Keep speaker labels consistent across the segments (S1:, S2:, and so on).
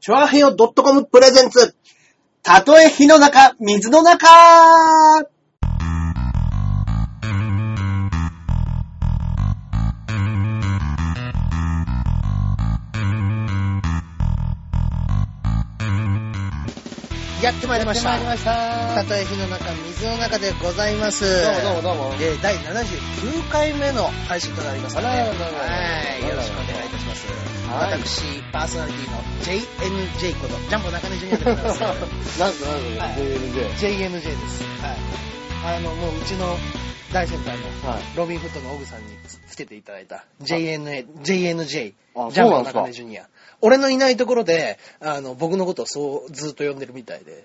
S1: チョアヘヨドットコムプレゼンツ。たとえ火の中、水の中
S2: やってまいりました。
S3: やってま
S2: たとえ火の中、水の中でございます。
S3: どうもどう もどうも
S2: えー第79回目の配信となりますので、
S3: あらららら
S2: はい、よろしくお願いいたします。
S3: はい
S2: 私、パーソナリティの JNJ こと、ジャンボ中根ジュニアでございます。
S3: なんとなんと、JNJ。
S2: JNJ です。はい。あの、もううちの大先輩の
S3: はい、
S2: ロビンフットのオグさんにつけていただいた JNA、JNJ、ジ
S3: あ
S2: ャン
S3: そうな
S2: ボ
S3: んですか
S2: 中根ジュニア。俺のいないところで、あの、僕のことをそう、ずっと呼んでるみたいで。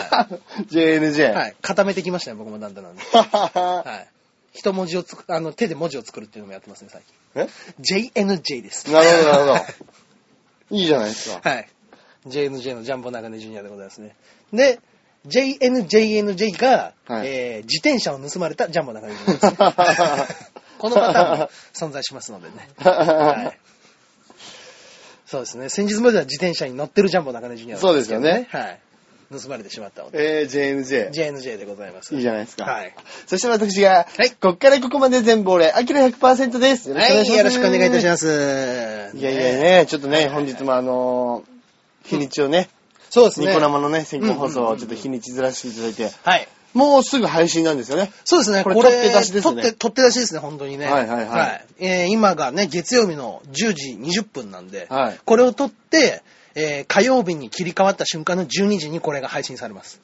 S3: JNJ。
S2: はい。固めてきましたね、僕もだんだんなんで。はい。一文字をつく、あの、手で文字を作るっていうのもやってますね、最
S3: え
S2: 近。JNJ です。
S3: なるほど、なるほど。いいじゃないですか。
S2: はい。JNJ のジャンボ中根ジュニアでございますね。で、JNJNJ が、
S3: はい
S2: えー自転車を盗まれたジャンボ中根ジュニアです。 このパターンも存在しますのでね。はい。そうですね。先日までは自転車に乗ってるジャンボ中根ジュニアだったんけど
S3: そうです
S2: はい。盗まれてしまったので。
S3: えー、JNJ。
S2: JNJ でございます。
S3: いいじゃないですか。
S2: はい。
S3: そして私が、
S2: はい
S3: こっからここまで全部俺、アキラ100%です。よろしくお願いします。
S2: よろしくお願いいたします。
S3: いやいやね、ちょっとね、本日もあのー、日にちをね、
S2: そうです
S3: ニ
S2: ね。
S3: コ生のね、先行放送をちょっと日にちずらしていただいて、
S2: はい。
S3: もうすぐ配信なんですよね。
S2: そうですね。
S3: こ
S2: こ
S3: れ
S2: れ、
S3: 取って出しです
S2: 取
S3: ね
S2: って、取って出しですね、本当にね。
S3: はいはいはい
S2: えー今がね、月曜日の10時20分なんで、
S3: はい
S2: これを取って、えー火曜日に切り替わった瞬間の12時にこれが配信されます。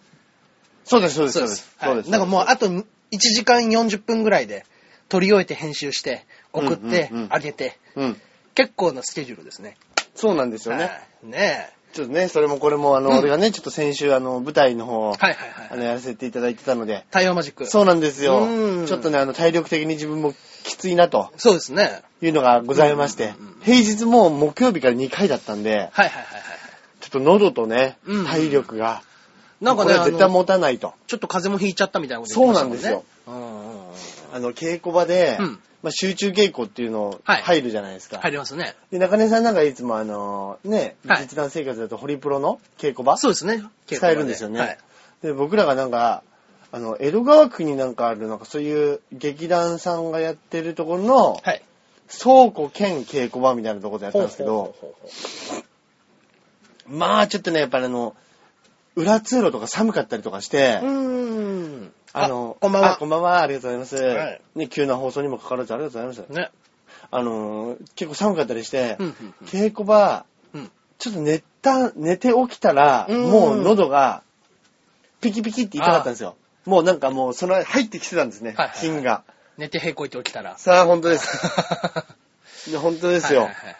S3: そうです、そうです、そうです。
S2: はいなんかもう、あと1時間40分ぐらいで、取り終えて編集して、送って
S3: うんうんう、ん
S2: あげて、
S3: うん。
S2: 結構なスケジュールですね。
S3: そうなんですよね。
S2: はいね
S3: ちょっとね、それもこれも、あの、
S2: うん
S3: 俺がね、ちょっと先週、あの、舞台の方
S2: は
S3: を、
S2: いはい
S3: あ
S2: はい。
S3: の、やらせていただいてたので、
S2: 太陽マジック。
S3: そうなんです
S2: う
S3: よ。
S2: ん
S3: ちょっとね、あの、体力的に自分もきついなと
S2: そうですね。
S3: いうのがございまして
S2: うんうんうん、
S3: 平日も木曜日から2回だったんで、
S2: はいはいはいはい。
S3: ちょっと喉とね
S2: うん、
S3: 体力が、
S2: なんか
S3: こ
S2: ね、
S3: れ
S2: あ
S3: は
S2: の
S3: 絶対持たないと。
S2: ちょっと風邪もひいちゃったみたいなこと言ってましたもんね。。
S3: そうなんです
S2: うんうんうん。
S3: あの、稽古場で
S2: うん、
S3: まあ集中稽古っていうのを
S2: はい
S3: 入るじゃないですか。
S2: 入りますね。
S3: で、中根さんなんかいつもあの、ね、
S2: はい
S3: 実弾生活だとホリプロの稽古場
S2: そうですね。
S3: 使えるんですよね。
S2: はい。
S3: で、僕らがなんか、あの、江戸川区になんかある、なんかそういう劇団さんがやってるところの、
S2: はい。
S3: 倉庫兼稽古場みたいなところでやったんですけど、
S2: ほうほうほうほ
S3: まあちょっとね、やっぱりあの、裏通路とか寒かったりとかして
S2: う。、うーん。
S3: あの、
S2: こんばん
S3: あ
S2: は
S3: こ。んばんは、ありがとうございます。
S2: はい
S3: ね、急な放送にもかかわらずありがとうございます。
S2: ね。
S3: あのー、結構寒かったりして、
S2: うんうんうん
S3: 稽古場、
S2: うん
S3: ちょっと寝た、寝て起きたら、
S2: うん
S3: もう喉が、ピキピキって痛かったんですよ。もうなんかもう、その、入ってきてたんです
S2: は
S3: ね、
S2: いはいはい
S3: 菌が。
S2: 寝て平行いて起きたら。
S3: さあ、本当です。
S2: で
S3: いや、本当ですよ。
S2: はいはいはい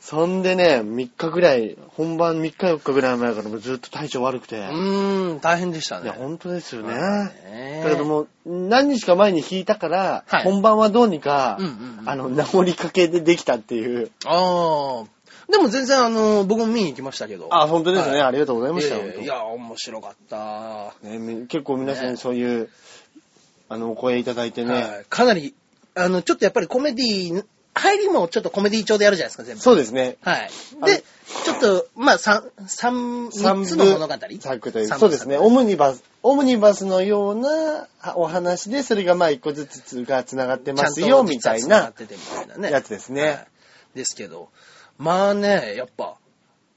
S3: そんでね、3日ぐらい、本番3日4日ぐらい前からもうずっと体調悪くて。
S2: はい。うーん、大変でした
S3: い
S2: ね。
S3: や、本当ですよね。
S2: ね
S3: だけどもう、何日か前に弾いたから、
S2: はい
S3: 本番はどうにか、
S2: うんうんうん
S3: あの、治りかけでできたっていう。
S2: ああ。でも全然あの、僕も見に行きましたけど。
S3: あ、本当ですね。
S2: はい
S3: ありがとうございました。
S2: いやいや
S3: 本当
S2: いや、面白かった。
S3: ね、み結構皆さん
S2: ね
S3: そういう、あの、お声いただいてね。
S2: はいかなり、あの、ちょっとやっぱりコメディ、入りもちょっとコメディ調でやるじゃないですか、全部。
S3: そうですね。
S2: はい。
S3: あの
S2: で、ちょっと、まあ、三、三、三つの物語
S3: 作という。
S2: 三部
S3: そうですね。オムニバス、オムニバスのようなあお話で、それがまあ一個ずつが繋がってますよ、みたい
S2: ちゃんと実は繋
S3: な
S2: がっててみたいなね。
S3: やつですね
S2: はいですけど、まあね、やっぱ、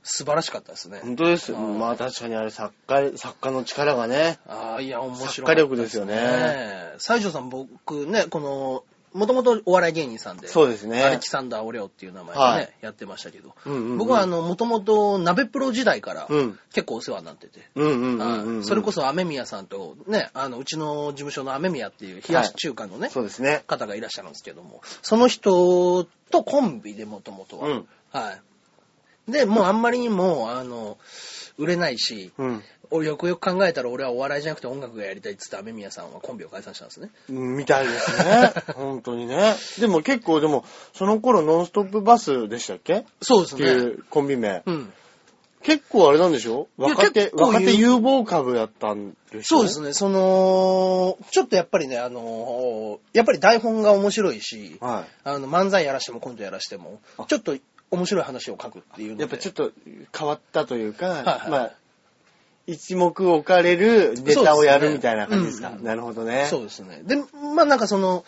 S2: 素晴らしかったですね。
S3: 本当ですよ。
S2: うん
S3: まあ確かにあれ作家、作家の力がね。
S2: ああ、いや、面白い、
S3: 作家力ですよね。
S2: 西条さん、僕ね、この、もともとお笑い芸人さんで。
S3: そうですね
S2: アレキサンダー・オレオっていう名前でね、
S3: はい
S2: やってましたけど。
S3: うんうんうん
S2: 僕は、あの、もともと、鍋プロ時代から
S3: うん、
S2: 結構お世話になってて。
S3: うんうんうんうん、
S2: はいそれこそ、雨宮さんと、ね、あの、うちの事務所の雨宮っていう冷やし中華のね、
S3: そうですね。
S2: 方がいらっしゃるんですけども、その人とコンビでもともとは、
S3: うん
S2: はい。で、もうあんまりにも、あの、売れないし、
S3: うん。
S2: 俺よくよく考えたら俺はお笑いじゃなくて音楽がやりたいって言って雨宮さんはコンビを解散したんですね。
S3: みたいです ね。本当にね。でも結構、でも、その頃、ノンストップバスでしたっけ
S2: そうで
S3: っ
S2: す
S3: て
S2: ね。
S3: いうコンビ名。
S2: うん。
S3: 結構あれなんでしょ
S2: いや
S3: 若手、
S2: 結構有
S3: 若手有望株やったんでしょ
S2: そうですね。その、ちょっとやっぱりね、あの、やっぱり台本が面白いし、
S3: は
S2: あの、漫才やらしてもコントやらしても
S3: あ、
S2: ちょっと面白い話を書くっていうので。
S3: やっぱちょっと変わったというか、
S2: はい
S3: まあ、一目置かれるネタをやるみたいな感じですか。
S2: そうですねうん
S3: なるほどね。
S2: そうですね。で、まあなんかその、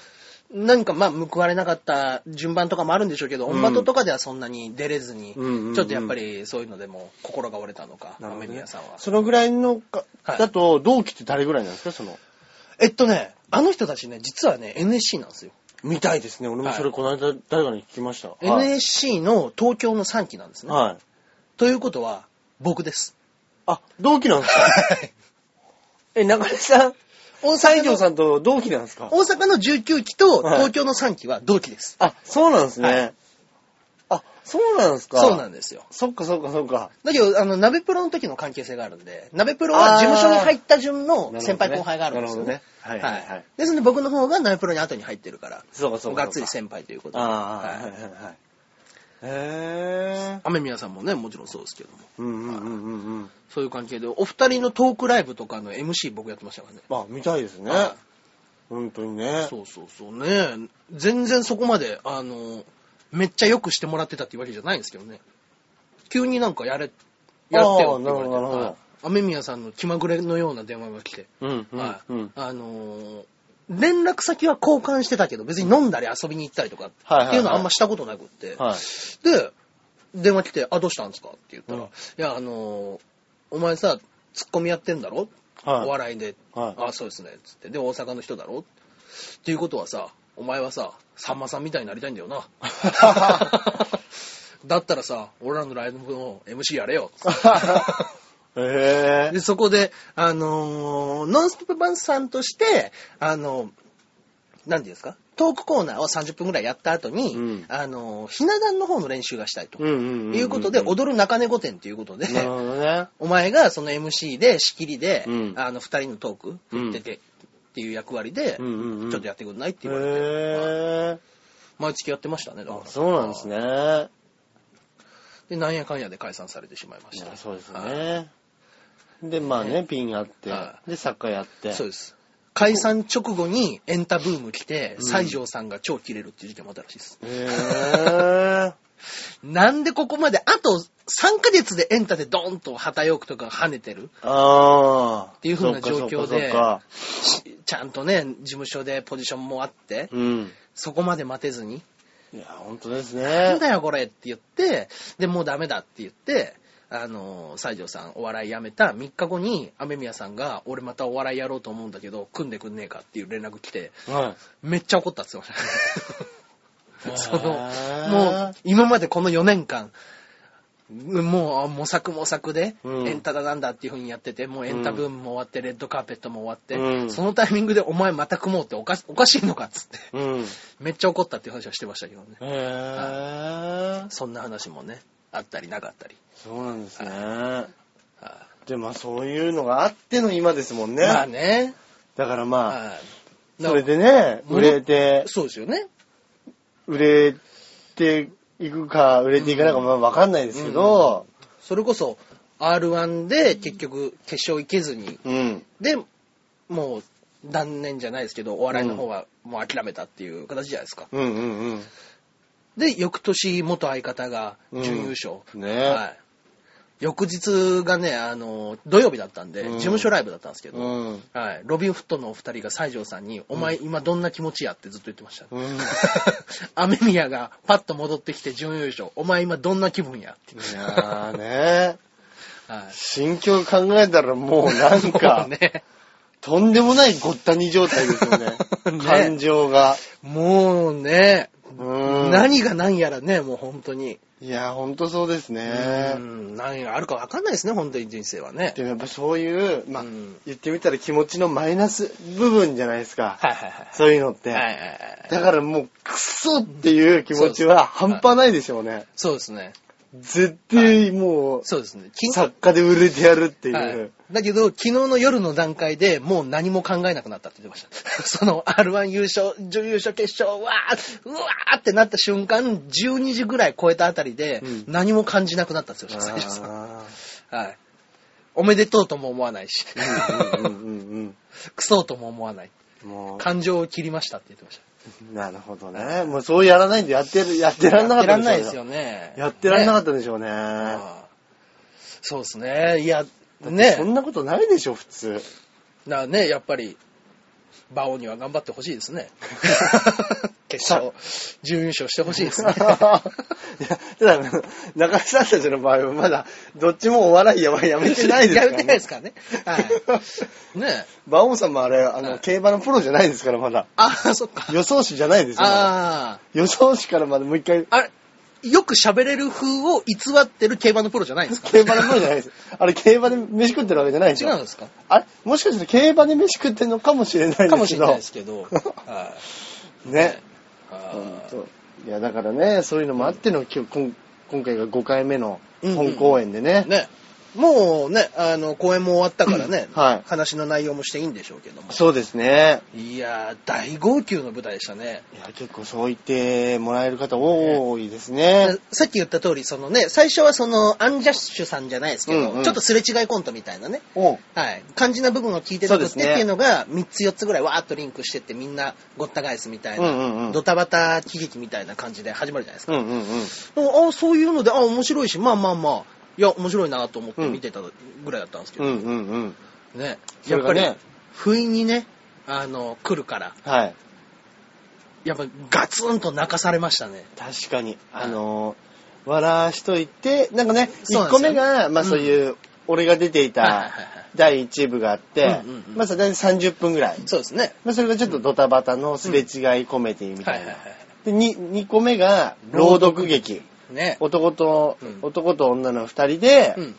S2: 何かまあ報われなかった順番とかもあるんでしょうけど、
S3: うん
S2: オンバトとかではそんなに出れずに、
S3: うんうんうん
S2: ちょっとやっぱりそういうのでも心が折れたのか、
S3: なるほ
S2: アメ
S3: ど
S2: リ
S3: ね
S2: アさんは。
S3: そのぐらいのか、
S2: はい
S3: だと、同期って誰ぐらいなんですか、その。
S2: えっとね、あの人たちね、実はね、NSC なんですよ。
S3: みたいですね。俺もそれこの間、誰かに聞きました。はい。
S2: NSC の東京の3期なんですね。
S3: はい。
S2: ということは、僕です。
S3: あ、同期なんですかえ、中根さん、
S2: 大
S3: 西
S2: 阪
S3: 条
S2: の、
S3: さんと同期なんですか
S2: 大阪の19期と
S3: はい
S2: 東京の3期は同期です。
S3: あ、そうなんですね。
S2: は
S3: あ、そうなんですか
S2: そうなんんですよ。
S3: そっかそっかそっか。
S2: だけど、あの、鍋プロの時の関係性があるんで、鍋プロは事務所に入った順の先輩後輩があるんですよね。
S3: なるほどねはいはいはい
S2: ですので僕の方が鍋プロに後に入ってるから、
S3: そうかそうかそうか。
S2: がっつり先輩ということで。
S3: ああ、はい
S2: はい
S3: はいはい。へ
S2: 雨宮さんもね、もちろんそうですけども。
S3: ぇー。うんうんうんうんうん。
S2: そういう関係で、お二人のトークライブとかの MC 僕やってましたからね。
S3: まあ、見たいですね。本当にね。
S2: そうそうそうね。全然そこまで、あの、めっちゃ良くしてもらってたっていうわけじゃないんですけどね。急になんかやれ、やってよって言われて
S3: あーなるほどなるほど
S2: はい。雨宮さんの気まぐれのような電話が来て。
S3: うんうん
S2: はい
S3: うん。
S2: あのー連絡先は交換してたけど、別に飲んだり遊びに行ったりとかっていうのはあんましたことなくって。
S3: はい。
S2: で、電話来て、あ、どうしたんですかって言ったら、
S3: うん
S2: いや、あのーお前さ、ツッコミやってんだろ、
S3: はい
S2: お笑いで。
S3: はい
S2: あ、そうですね。つって。で、大阪の人だろっていうことはさ、お前はさ、さんまさんみたいになりたいんだよ な。だったらさ、俺らのライブの MC やれ よ。つって
S3: へぇ
S2: で、そこで、あのーノンストップバンさんとして、あのーなんていうんですかトークコーナーを30分ぐらいやった後に、
S3: うん
S2: あのーひな壇の方の練習がしたいと。
S3: ー。うんうんうん。
S2: いうことで、踊る中根御殿ということで、
S3: なるほどね。
S2: お前がその MC で仕切りで、
S3: うん
S2: あの、二人のトーク、振ってて、っていう役割で、
S3: うんうんうん
S2: ちょっとやってくんないって
S3: へ
S2: 言われて、
S3: ぇー。
S2: 毎月やってましたね、だか
S3: あ
S2: ら、
S3: そうなんです。ね。
S2: で、なんやかんやで解散されてしまいました。
S3: そうです
S2: は
S3: ね。で、まあね、ピンあって
S2: は、
S3: で、サッカーやっ
S2: い。
S3: て。
S2: そうです。解散直後にエンタブーム来て、西条さんが超切れるっていう事件もあったらしいです。
S3: へぇ
S2: なんでここまで、あと3ヶ月でエンタでドーンと旗よくとか跳ねてる
S3: ー。 あー。って
S2: いう風な状況で
S3: そっかそっか
S2: しちゃんとね、事務所でポジションもあって、
S3: そっか。うん。
S2: そこまで待てずに、
S3: いや、本当です
S2: な
S3: ね
S2: ん。だよこれって言って、で、もうダメだって言って、あの、西条さんお笑いやめた3日後に、雨宮さんが、俺またお笑いやろうと思うんだけど、組んでくんねえかっていう連絡来て、
S3: は
S2: めっちゃ怒ったっつってました。そ
S3: へ
S2: の、
S3: ー
S2: もう、今までこの4年間、もう模索模索で、
S3: うん
S2: エンタだなんだっていう風にやってて、もうエンタブームも終わって、レッドカーペットも終わって、
S3: うん
S2: そのタイミングでお前また組もうっておかしおかしいのかっつって、
S3: い。うん。へ
S2: めっちゃ怒ったっていう話はしてましたけどね。
S3: ぇー。
S2: そんな話もね、あったりなかったり。
S3: そうなんですね。
S2: は
S3: で、まあそういうのがあっての今ですもん
S2: いまあ
S3: ね。
S2: ね。
S3: だからまあ、
S2: はい
S3: それでね、
S2: も
S3: 売れて、
S2: そうですよね。
S3: 売れていくか、売れていかないか、まあわかんないですけど、
S2: それこそ、R1 で結局決勝行けずに、
S3: うん。
S2: で、もう断念じゃないですけど、お笑いの方はもう諦めたっていう形じゃないですか。
S3: うんうんうん。
S2: で、翌年元相方が準優勝。
S3: うんね
S2: はい。翌日がね、あの、土曜日だったんで、
S3: うん
S2: 事務所ライブだったんですけど、
S3: うん。
S2: はい、ロビンフットのお二人が西条さんに、お前今どんな気持ちやってずっと言ってました、ね。
S3: うん
S2: 雨宮がパッと戻ってきて準優勝、お前今どんな気分やって。
S3: い やーね、
S2: は。
S3: 心境考えたらもうないんか、
S2: もうね、
S3: とんでもないごったに状態ですよね
S2: ね。
S3: 感情が。
S2: もうね、
S3: うん。
S2: 何が何やらね、もう本当に。
S3: いやー、ほんとそうです
S2: う
S3: ね。
S2: ん、何があるか分かんないですね、本当に人生はね。
S3: でもやっぱそういう、まあ
S2: うん、
S3: 言ってみたら気持ちのマイナス部分じゃないですか。
S2: はいはいはい。
S3: そういうのって。
S2: はいはいはい
S3: だからもう、クソっていう気持ちは
S2: そうです
S3: 半端ないでしょうね。
S2: そうですね。
S3: 絶対もう、
S2: そうですね。き
S3: 作家で売れてやるってい
S2: は
S3: う
S2: い。、だけど、昨日の夜の段階でもう何も考えなくなったって言ってました。 その R1 優勝、準優勝決勝、わー、うわーってなった瞬間、12時ぐらい超えたあたりで
S3: うん、
S2: 何も感じなくなったんですよ、
S3: あ
S2: 最初さ
S3: ー
S2: ん はい。おめでとうとも思わないし、
S3: うんうんうんうん
S2: クソとも思わない。
S3: も
S2: 感情を切りましたって言ってまし
S3: う、なるほどね。もうそうやらないんでやってる、やってらんな
S2: た。や
S3: かっ
S2: ってら
S3: た
S2: んない
S3: でしょ
S2: ですよね。
S3: やってらんなか
S2: っ
S3: ったでしょうね。
S2: た
S3: だ
S2: そうですね。いや、
S3: って
S2: ね
S3: そんなことないでしょ、普通。
S2: だからね、やっぱり、馬王には頑張ってほしいです ね。決勝、準優勝してほしいです ね。
S3: いや、ただ、中井さんたちの場合はまだ、どっちもお笑いやばいやめてないですから、
S2: やめ
S3: ね。
S2: てないですからね。 はい。ねえ。
S3: 馬王さんもあれ、あの、
S2: はい
S3: 競馬のプロじゃないですから、まだ。
S2: ああ、そっか。
S3: 予想手じゃないですよ。
S2: あ
S3: 予想手からまだもう一回、
S2: あ。あれ、よく喋れる風を偽ってる競馬のプロじゃないんですか
S3: 競馬のプロじゃないです。あれ、競馬で飯食ってるわけじゃないでしょ。
S2: 違うんですか
S3: あれ、もしかして競馬で飯食ってるのかもしれないですけど。
S2: かもしれないですけ ど。は
S3: ね。
S2: いあ
S3: 本
S2: ー
S3: 当いや、だからね、そういうのもあっての、今日こん今回が5回目の本公演でね。
S2: ね。もうね、あの、公演も終わったからね、
S3: はい
S2: 話の内容もしていいんでしょうけども。
S3: そうですね。
S2: いやー、大号泣の舞台でしたね。
S3: いや、結構そう言ってもらえる方多いですね。
S2: さっき言った通り、そのね、最初はその、アンジャッシュさんじゃないですけど、
S3: うんうん
S2: ちょっとすれ違いコントみたいなね、
S3: お
S2: はい、肝心な部分を聞いてるってっ
S3: そうです
S2: て
S3: ね
S2: いうのが、3つ4つぐらいわーっとリンクしてって、みんなごった返すみたいな、
S3: うんうんうん
S2: ドタバタ喜劇みたいな感じで始まるじゃないです
S3: う
S2: か。
S3: んうんうん。
S2: でもあそういうので、あ面白いし、まあまあまあ、いや、面白いなと思って見てたぐらいだったんですけ
S3: う
S2: ど、
S3: んうんうん。
S2: ね、
S3: そ
S2: や
S3: れ
S2: っぱ
S3: が
S2: り、
S3: ね
S2: 不意にね、あの、来るから、
S3: はい。
S2: やっぱガツンと泣かされましたね。
S3: 確かに。あのー、笑わしといて、なんかね、
S2: そうなんで
S3: 1個
S2: すよ
S3: 目が、まあ
S2: うん
S3: そういう、俺が出て
S2: はいはい
S3: いた
S2: はいはい
S3: 第1部があって
S2: うんうんうん、
S3: まあそれ大体30分ぐらい。
S2: そうですね。
S3: まあそれがちょっとドタバタのすれ違いコメディみたい
S2: はい
S3: な
S2: はいは。
S3: で、2, 2個目が、朗読劇。
S2: ね。
S3: 男と
S2: うん、
S3: 男と女の2人で、
S2: うんうん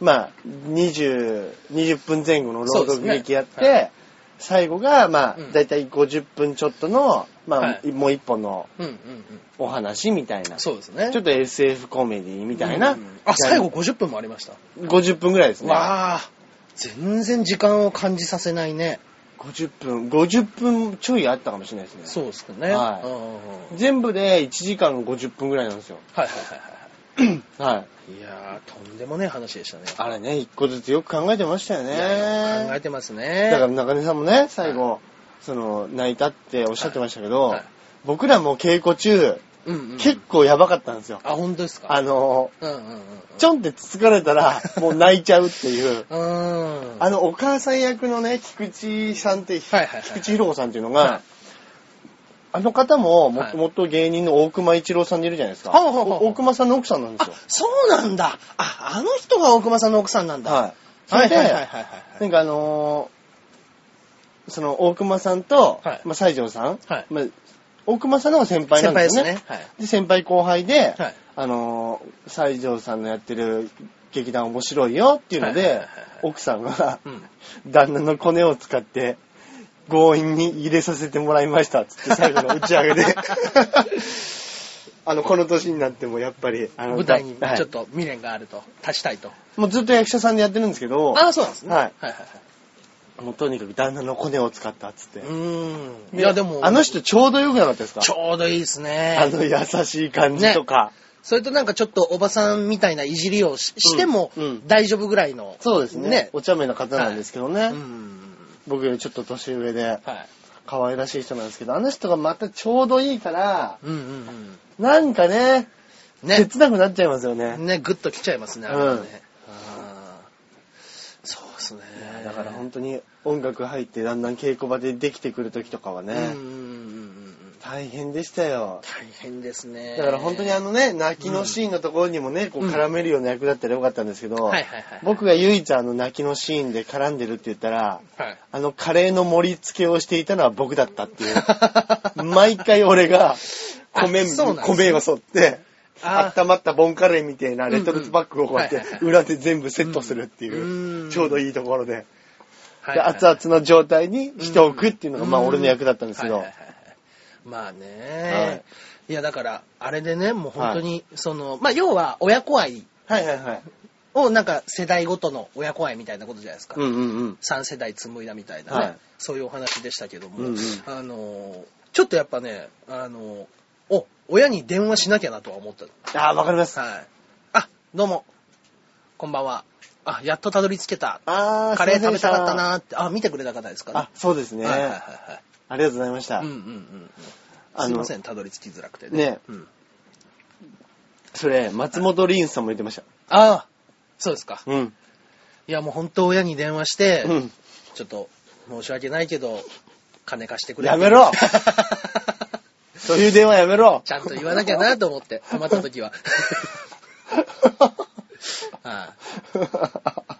S3: まあ、20、20分前後の朗
S2: そう
S3: 読
S2: ですね
S3: 劇やって、
S2: は
S3: 最後が、まあ
S2: うん、
S3: だいたい50分ちょっとの、まあ、
S2: はい
S3: もう一本の
S2: うんうんうん。
S3: お話みたいな。
S2: そうですね。
S3: ちょっと SF コメディみたいな。
S2: うんうんうんあ、最後50分もありました。
S3: 50分ぐらいですね。
S2: わあ、全然時間を感じさせないね。
S3: 50分、50分ちょいあったかもしれないですね。
S2: そうですね。
S3: はい
S2: うんうんうんはい
S3: 全部で1時間50分ぐらいなんですよ。
S2: はいはいは
S3: はい。
S2: い。いやー、とんでもねえ話でしたね。
S3: あれね、一個ずつよく考えてましたよね。
S2: いやよく考えてますね。
S3: だから中根さんもね、最後、その、泣いたっておっしゃってましたけど、
S2: はい
S3: 僕らも稽古中、
S2: うんうんうん
S3: 結構やばかったんですよ。
S2: あ、本当ですか
S3: あの、
S2: うんうんうん。
S3: ちょんってつつかれたら、もう泣いちゃうっていう。
S2: うーん。
S3: あの、お母さん役のね、菊池さんって、
S2: はいはいはい
S3: 菊池博子さんっていうのが、
S2: はい
S3: あの方も、も
S2: は
S3: っ
S2: い
S3: ともっと芸人の大熊一郎さんでいるじゃないですか。
S2: ほうほうほうほう
S3: お大熊さんの奥さんなんです
S2: あ
S3: よ。、
S2: そうなんだ。あ、あの人が大熊さんの奥さんなんだ。
S3: はい。そ
S2: は
S3: れ
S2: い
S3: で、
S2: はいはいはいはい。
S3: なんかあのーその、大熊さんと、
S2: はい
S3: まあ、西条さん、
S2: はい
S3: まあ、大熊さんの方が先輩な
S2: 先輩
S3: んで
S2: ですす
S3: よ
S2: ね
S3: ね。。
S2: はい。
S3: で、先輩後輩で、
S2: はい
S3: あのー西条さんのやってる劇団面白いよっていうので、
S2: はいはいはいはい
S3: 奥さんが、
S2: うん。
S3: 旦那のコネを使って、強引に入れさせてもらいました、つって最後の打ち上げで。 あの、この年になってもやっぱり、あの、
S2: 舞台にち
S3: だはい
S2: ょっと未練があると、足したいと。
S3: もうずっと役者さんでやってるんですけど、
S2: ああ、そうなんですね。
S3: はい
S2: はいはい
S3: もうとにかく旦那のコネを使った、つって
S2: はい。。うーん。いや、でも、
S3: あの人ちょうど良くなかったですか
S2: ちょうどいいです
S3: あ
S2: ね。
S3: の優しい感じとか。
S2: それとなんかちょっとおばさんみたいないじりをししても
S3: うんうん
S2: 大丈夫ぐらいの。
S3: そうですね
S2: ね
S3: お茶目な方なんですけどね。
S2: うーん。
S3: 僕よりちょっと年上で、
S2: はい。
S3: 可愛らしい人なんですけど、あの人がまたちょうどいいから、
S2: うんうんうん。
S3: なんかね、
S2: ね。
S3: 切なくなっちゃいますよね。
S2: ね、ぐっときちゃいますね、あれはね。
S3: う
S2: あ
S3: ん
S2: ーそうですね。
S3: だから本当に音楽入ってだんだん稽古場でできてくる時とかはね、
S2: うんうんうんうん。
S3: 大変でしたよ。
S2: 大変ですね。
S3: だから本当にあのね、泣きのシーンのところにもね、こう
S2: うん
S3: 絡めるような役だったらよかったんですけど、
S2: はいはいはい。
S3: 僕が唯一あの泣きのシーンで絡んでるって言ったら、
S2: はい。
S3: あのカレーの盛り付けをしていたのは僕だったって いう。毎回俺が米、
S2: あそうなんですね
S3: 米を沿って、
S2: あ
S3: 温まったボンカレーみたいなレトルトバッグをこうや
S2: う
S3: っ
S2: ん
S3: て
S2: うんはいはいはい
S3: 裏で全部セットするっていうう、
S2: ん
S3: ちょうどいいところで。
S2: はい
S3: で
S2: はい
S3: 熱々の状態にしておくっていうのが、まあ俺の役だったんですけ
S2: う
S3: ど
S2: はいはい。はいまあね、
S3: はい
S2: い、やだからあれでねもう本当に、そのまあ要は親子愛
S3: はいはいはい。
S2: をなんか世代ごとの親子愛みたいなことじゃないですか、
S3: うんうんうん。
S2: 3世代紡いだみたいなね、
S3: はい
S2: そういうお話でしたけども、
S3: うんうん
S2: あのちょっとやっぱねあのお親に電話しなきゃなとは思った
S3: ああ、わかります。
S2: はいあどうもこんばんは。あ、やっとたどり着けた。
S3: あー、
S2: カレー食べたかった
S3: すいませ
S2: なー
S3: んでし
S2: って。あ、見てくれた方ですか
S3: た。
S2: ね
S3: あ、。そうですね。
S2: はいはいは
S3: ありがとうございました。
S2: いはい。うんうんうん。
S3: あの
S2: すいません、たどり着きづらくてね。
S3: ね
S2: うん。
S3: それ、松本凛さんも言ってました。
S2: ああ、そうですか。
S3: うん。
S2: いや、もう本当親に電話して、
S3: うん。
S2: ちょっと、申し訳ないけど、金貸してくれ。
S3: やめろそういう電話やめろ。
S2: ちゃんと言わなきゃなと思って、困った時 は。はい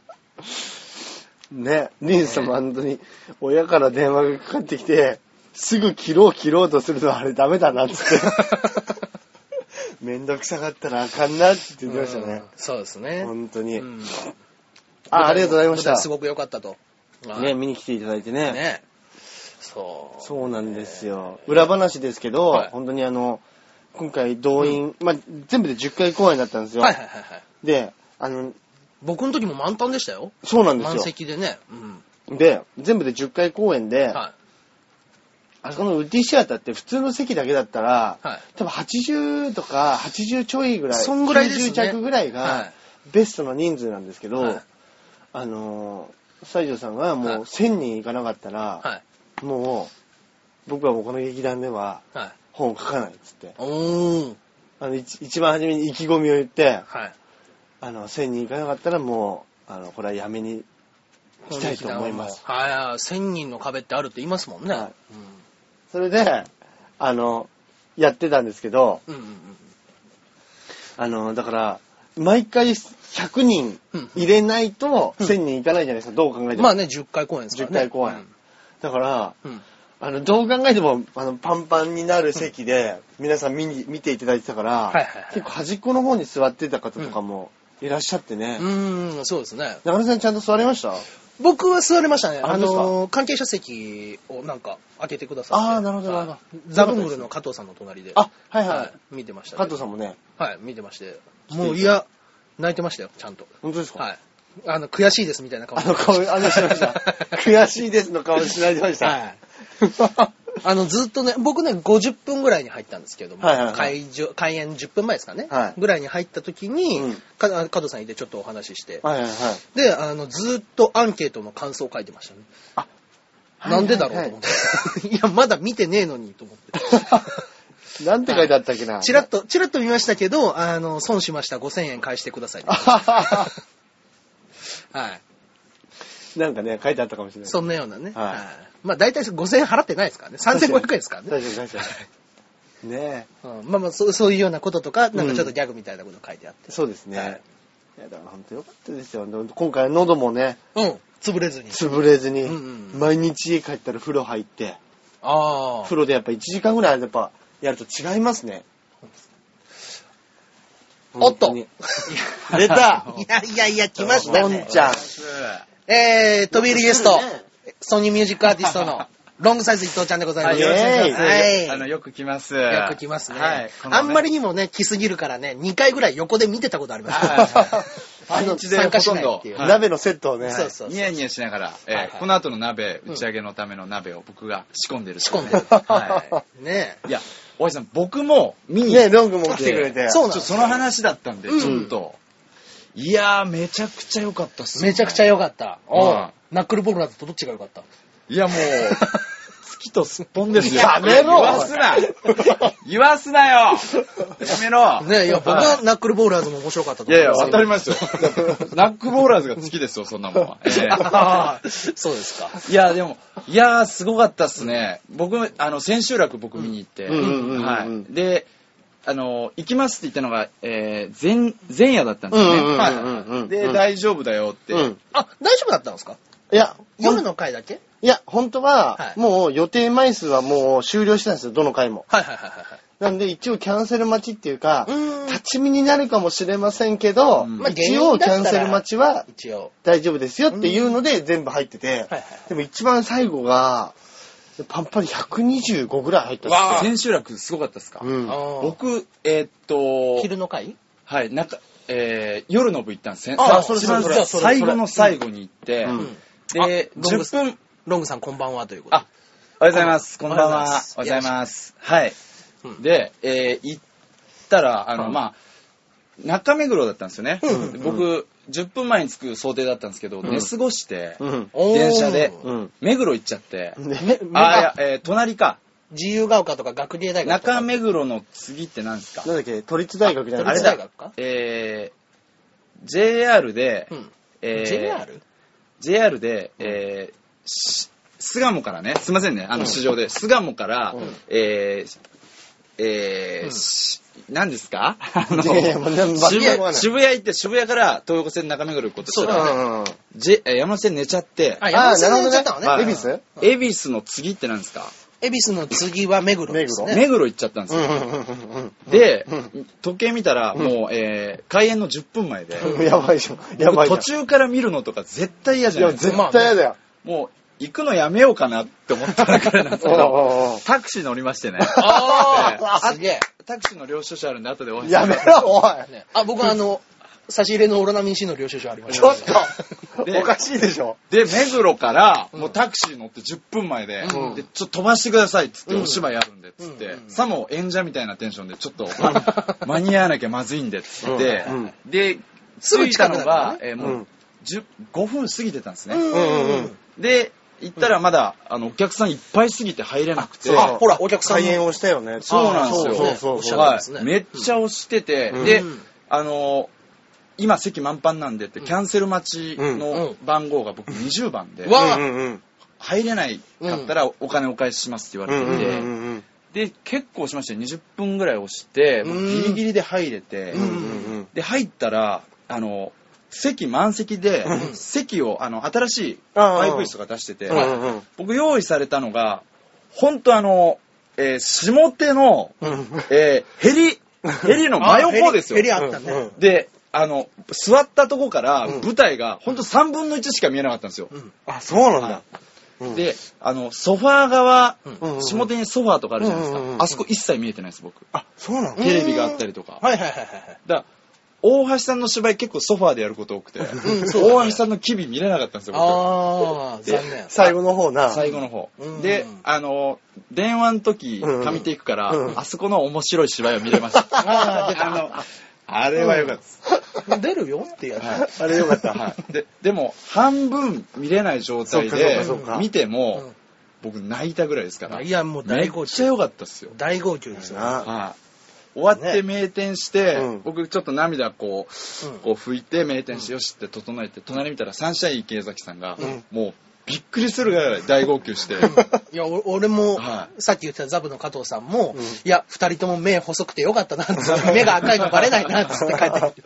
S3: ね、リンさんも本当に、親から電話がかかってきて、すぐ切ろう切ろうとするのはあれダメだ なっつって。めんどくさかったらあかんなって言ってましたね
S2: うん。そうですね。
S3: 本当に。
S2: うん
S3: あ、ありがとうございまし
S2: 舞台
S3: た。
S2: すごく良かったと。まあ
S3: ね、見に来ていただいてね。
S2: ね。そう。
S3: そうなんですよ。裏話ですけど、
S2: はい
S3: 本当にあの、今回動員、まあ、全部で10回公演だったんですよ。
S2: はいはいはいはい。
S3: で、あの、
S2: 僕の時も満タンでしたよ。
S3: そうなんです
S2: 満
S3: よ。
S2: 席でね。うん。
S3: で、全部で10回公演で、
S2: は
S3: あそこのウッディシアターって普通の席だけだったら、
S2: はい
S3: 多分80とか80ちょいぐらい、
S2: そんぐらいですね
S3: 90弱ぐらい
S2: は
S3: がベストの人数なんですけど、
S2: はい
S3: あのー、西条さんがもう
S2: はい
S3: 1000人いかなかったら、
S2: い。はい。
S3: もう僕はもうこの劇団では
S2: はい。
S3: 本を書かないっつって、
S2: おー。
S3: あの一一番初めに意気込みを言って、
S2: はい。
S3: あの1000人いかなかったらもう、あのこれはやめにしたいと思います。
S2: はいはい。1000人の壁ってあるって言いますもんね。
S3: はいそれで、あの、やってたんですけど、
S2: うん。うんうん
S3: あの、だから、毎回100人入れないと
S2: うん
S3: 1000人いかないじゃないですか、どう考え
S2: う
S3: て
S2: ん。
S3: も。
S2: まあね、10回公演ですからね。
S3: 10回公演だから、
S2: うん。うん。
S3: あの、どう考えても、あの、パンパンになる席で、皆さん見に、見ていただいてたから、
S2: はいはいはい
S3: 結構端っこの方に座ってた方とかもいらっしゃってね。
S2: うーん、そうですね。
S3: 中野さんちゃんと座れました
S2: 僕は座れましたね。
S3: あ
S2: あ
S3: 本当ですか
S2: のー、関係者席をなんか開けてくださって。
S3: あーなるほど
S2: はい
S3: なるほど
S2: ザブングルの加藤さんの隣で。
S3: あ、はいはい。
S2: 見てましたね。
S3: 加藤さんもね、
S2: はい、見てまして。
S3: ていた
S2: もういや、泣いてましたよ、ちゃんと。
S3: 本当ですか、
S2: はい。あの、悔しいですみたいな顔
S3: あの顔、あのしました。悔しいですの顔しないでました。
S2: はい。あの、ずっとね、僕ね、50分ぐらいに入ったんですけども、
S3: はいはいはい
S2: 開場開演10分前ですかね、
S3: はい
S2: ぐらいに入った時に、
S3: うん
S2: かあ加藤さんいてちょっとお話しして、
S3: はいはいはい。
S2: で、あの、ずっとアンケートの感想を書いてましたね。
S3: あ
S2: なんでだろうと思って。 いや、まだ見てねえのにと思 って。
S3: なんて書いてあったっけな。
S2: チラッと、チラッと見ましたけど、あの、損しました、5000円返してください。
S3: あははは
S2: はい。
S3: なんかね、書いてあったかもしれない。
S2: そんなようなね。
S3: はい
S2: はい。まあ大体5000円払ってないですからね。3500円ですからね。
S3: 確かに確かに。ね
S2: うんまあまあそう、そういうようなこととか、なんかちょっとギャグみたいなこと書いてあって
S3: え。。そうですね。
S2: はい
S3: い、や、だから本当よかったですよ。でも今回は喉もね、
S2: うん。潰れずに。
S3: 潰れずに、
S2: うんうんうん
S3: 毎日家帰ったら風呂入って、
S2: あ
S3: 風呂でやっぱ1時間ぐらいやっぱやると違いますね。
S2: おっと
S3: 本当に出た
S2: いやいやいや、来まし
S3: の
S2: た
S3: ん
S2: ね。
S3: ちゃん。
S2: えー、飛び入りゲスト、ソニーミュージックアーティストの、ロングサイズ伊藤ちゃんでございま
S4: はい、
S2: す。
S4: よろしくお願いします。
S2: はい
S4: あの、よく来ます。
S2: よく来ますね。
S4: はい。この
S2: あんまりにもね、来すぎるからね、2回ぐらい横で見てたことあります。
S4: はい
S2: あの
S4: 一日で
S2: 参加しない
S4: ほとんど
S2: っていう
S4: はい
S3: 鍋のセットをね。
S2: そうそうそう
S4: ニヤニヤしながら、えー
S2: はいはい
S4: この後の鍋、打ち上げのための鍋を僕が仕込んでる。
S2: 仕込んでる
S4: は
S2: ね
S4: い。いや、大橋さん、僕も見に行
S3: ね、ロングも来てくれて。
S2: そう
S4: ちょっとその話だったんで、
S2: うん
S4: ちょっと。いやー、めちゃくちゃ良かったっす、ね。
S2: めちゃくちゃ良かった。おう
S4: うん
S2: ナックルボールだとどっちが良かった
S4: いや、もう、月とすっぽんですよ。
S3: やめろ
S4: 言わすな言わすなよやめろ
S2: ねえ、いや、僕
S4: は
S2: はナックルボーラーズも面白かったと
S4: い
S2: 思
S4: やい
S2: い
S4: や、
S2: ます
S4: 当たりますよ。ナックボーラーズが月ですよ、そんなもんは。ええ
S2: あーそうですか。
S4: いや、でも、いやー、すごかったっすね。僕も、あの、千秋楽僕見に行って、
S3: うんうんうんうん
S4: はい。で、あの、行きますって言ったのが、えー、前、前夜だったんで
S3: う
S4: すね。
S3: んうんうんうん
S4: はい。で、大丈夫だよって。
S3: うん。
S2: あ、大丈夫だったんですか
S3: いや、
S2: 夜の回だけ
S3: いや、本当は、
S2: はい
S3: もう予定枚数はもう終了してたんですよ、どの回も。
S2: はいはいはいはい。
S3: なんで一応キャンセル待ちっていうか、
S2: うん
S3: 立ち見になるかもしれませんけど、
S4: うん
S2: まあ
S3: 一応
S2: 芸人だ
S3: キ
S2: った
S3: ャ
S2: ら
S3: ンセル待ちは
S2: 一応。
S3: 大丈夫ですよっていうので全部入ってて、
S2: はいはい
S3: でも一番最後が、パンパンに125ぐらい入ったっ
S4: わー
S3: すよ
S4: 千秋楽すごかったっすか、
S3: うん
S2: あー
S4: 僕、えーっと、
S2: 昼の回
S4: はい、なんか、えー、夜の部行ったんですね。
S2: あー
S4: さ
S2: それ
S4: 一番
S2: それじゃあそれ
S4: 最後の最後に行って、
S3: うん
S2: うん
S4: で、
S2: あロング
S4: 10分、
S2: ロングさんこんばんはということで。
S4: あおはようございます。
S2: こ
S4: こ
S2: ん
S4: ん
S2: ば
S4: ば
S2: んは
S4: んは。おはようございます。はい。
S2: うん
S4: で、えー行ったら、あの、まあ、中目黒だったんですよね。
S2: うん
S4: で僕、10分前に着く想定だったんですけど、
S3: ん
S4: 寝過ごして、
S3: うん。
S2: おー
S4: 電車で
S3: うん。
S4: 目黒行っちゃって、
S3: ね、
S4: あ、いや、えー隣か。
S2: 自由が丘とか学芸大学とか。
S4: 中目黒の次って何ですか
S3: なんだっけ、都立大学じゃ
S2: あ
S3: な
S4: あ
S3: い
S4: れ
S2: れ
S4: だ
S2: 大学か
S4: えー、JR で、
S2: うん。
S4: えー
S2: JR?
S4: JR で、えーし巣鴨からね、すいませんね、あの市場で、巣鴨から、えーえー
S2: うん
S4: し何ですかあの
S3: いやいやもう全然
S4: 渋
S3: わかんない
S4: 谷渋谷行って、渋谷から東横線中目黒行こうとしたら、
S3: うんうんうん。
S4: J- えー山手線寝ちゃって、
S2: あ、
S3: あ
S2: 山
S3: あ、な
S2: 手
S3: る
S2: 線に
S3: ほ
S2: 行っちゃった
S3: ど
S2: の
S3: ね。
S2: ね。
S4: は
S3: 恵
S4: い
S3: 比寿
S4: 恵比寿の次って何ですか
S2: 恵比寿の次は目黒ですね。
S4: 目黒行っちゃったんです
S3: うん
S4: よ。
S3: うんうん
S4: で、時計見たら、もう、えー開園の10分前で、
S3: うん。やばいじゃん。やばいじゃ
S4: 途
S3: ん。
S4: 中から見るのとか絶対嫌じ
S3: い
S4: ゃな
S3: や、
S4: いですか。
S3: 絶対嫌だよ。
S4: もう、行くのやめようかなって思ったらからなんです けど、
S3: おうおうおう
S4: タクシー乗りましてね。
S2: あ
S4: で
S2: あ、すげえ。
S4: タクシーの領収書あるんで、後でお話し
S3: やめろ、おい。
S2: ねあ、僕はあの、差し入れのオロナミン C の領収書ありまし
S3: ち
S2: た
S3: ょ
S2: ね。
S3: っと、おかしいでしょ。
S4: で、目黒から、もうタクシー乗って10分前で、
S3: うん
S4: で、ちょっと飛ばしてくださいっつって、お芝居あるんで、つって、
S2: うん
S4: さも演者みたいなテンションで、ちょっと、間に合わなきゃまずいんで、つって、
S3: うんうん
S4: で、
S2: すぐ
S4: 着いた
S2: 近く
S4: の
S2: だから
S4: が
S2: ね、
S4: えー
S3: う
S4: もう、
S3: ん。
S4: 10 5分過ぎてたんですね。
S2: うんうんうん。
S4: で、行ったらまだ、あの、お客さんいっぱいすぎて入れなくて、
S3: あ
S2: あ、ほら、お客さん
S3: 開
S2: も。
S3: 演をしたよね。
S4: そうなんですよ
S3: そうそう
S2: おっし
S3: そ
S2: ゃる
S3: う。は
S2: ん
S3: い
S2: ですね
S4: はい、めっちゃ押してて、
S3: うん
S4: で、
S2: うん
S4: あのー今席満帆なんでって、キャンセル待ちの番号が僕20番で、
S2: うわ
S3: うんうん
S4: 入れないかったらお金お返ししますって言
S3: う
S4: わ
S3: んう
S4: れ
S3: ん
S4: てて、
S3: うんうん
S4: で、結構押しまして、20分ぐらい押して、もうギリギリで入れて、
S2: うん
S3: うんうん
S4: で、入ったら、あの席満席で、席を、あの、新しい
S3: ああ
S4: マイク椅子が出してて、
S3: うんうん
S4: 僕用意されたのが、本当あの、えー下手の、
S3: うん
S4: えーヘリ、ヘリの真横ですよ
S2: ヘ。リあった
S3: うんう
S2: ね
S3: ん。
S4: で、あの、座ったとこから
S3: うん
S4: 舞台が、ほんと3分の1しか見えなかったんですよ。
S3: あ、そうなんだ。うん
S4: で、あの、ソファー側、
S3: うんうん
S4: 下手にソファーとかあるじゃないです
S3: うんうんう
S4: か。
S3: ん
S4: あそこ一切見えてないです、僕。
S3: あ、そうなの
S4: テレビがあったりとか。
S2: はいはいはいはい。
S4: だから大橋さんの芝居結構ソファーでやること多くて、
S2: そうだね
S4: 大橋さんの機微見れなかったんですよ、僕。
S2: ああ、
S4: で
S2: 残念。
S3: 最後の方な。
S4: 最後の方
S2: うん。
S4: で、あの、電話の時、
S3: うん
S4: 上手いくから、
S3: うん
S4: あそこの面白い芝居を見れ ました。
S2: あー出た
S4: のあれは良かったです。
S2: 出るよってやつ。
S4: は い
S3: あれよかった。
S4: はい、ででも半分見れない状態で
S3: そうかそうかそうか
S4: 見ても、
S2: うん
S4: 僕泣いたぐらいですから
S2: いや、もう
S4: め
S2: 大
S4: っ
S2: 号
S4: ち
S2: 泣
S4: ゃ。良かったっすよ、
S2: 大号泣ですよ。
S3: な
S4: はい、終わって名店して、
S3: うん
S4: 僕ちょっと涙こう,、
S2: うん
S4: こう拭いて名店してよしって整えて隣見たらサンシャイン池崎さんが、
S3: ん
S4: もうびっくりするぐらい大号泣して、
S2: いや、お俺も、
S4: は
S2: さっき言ってたザブの加藤さんも、いや、二人とも目細くてよ かったなっつって、目が赤いのバレないなっつって帰って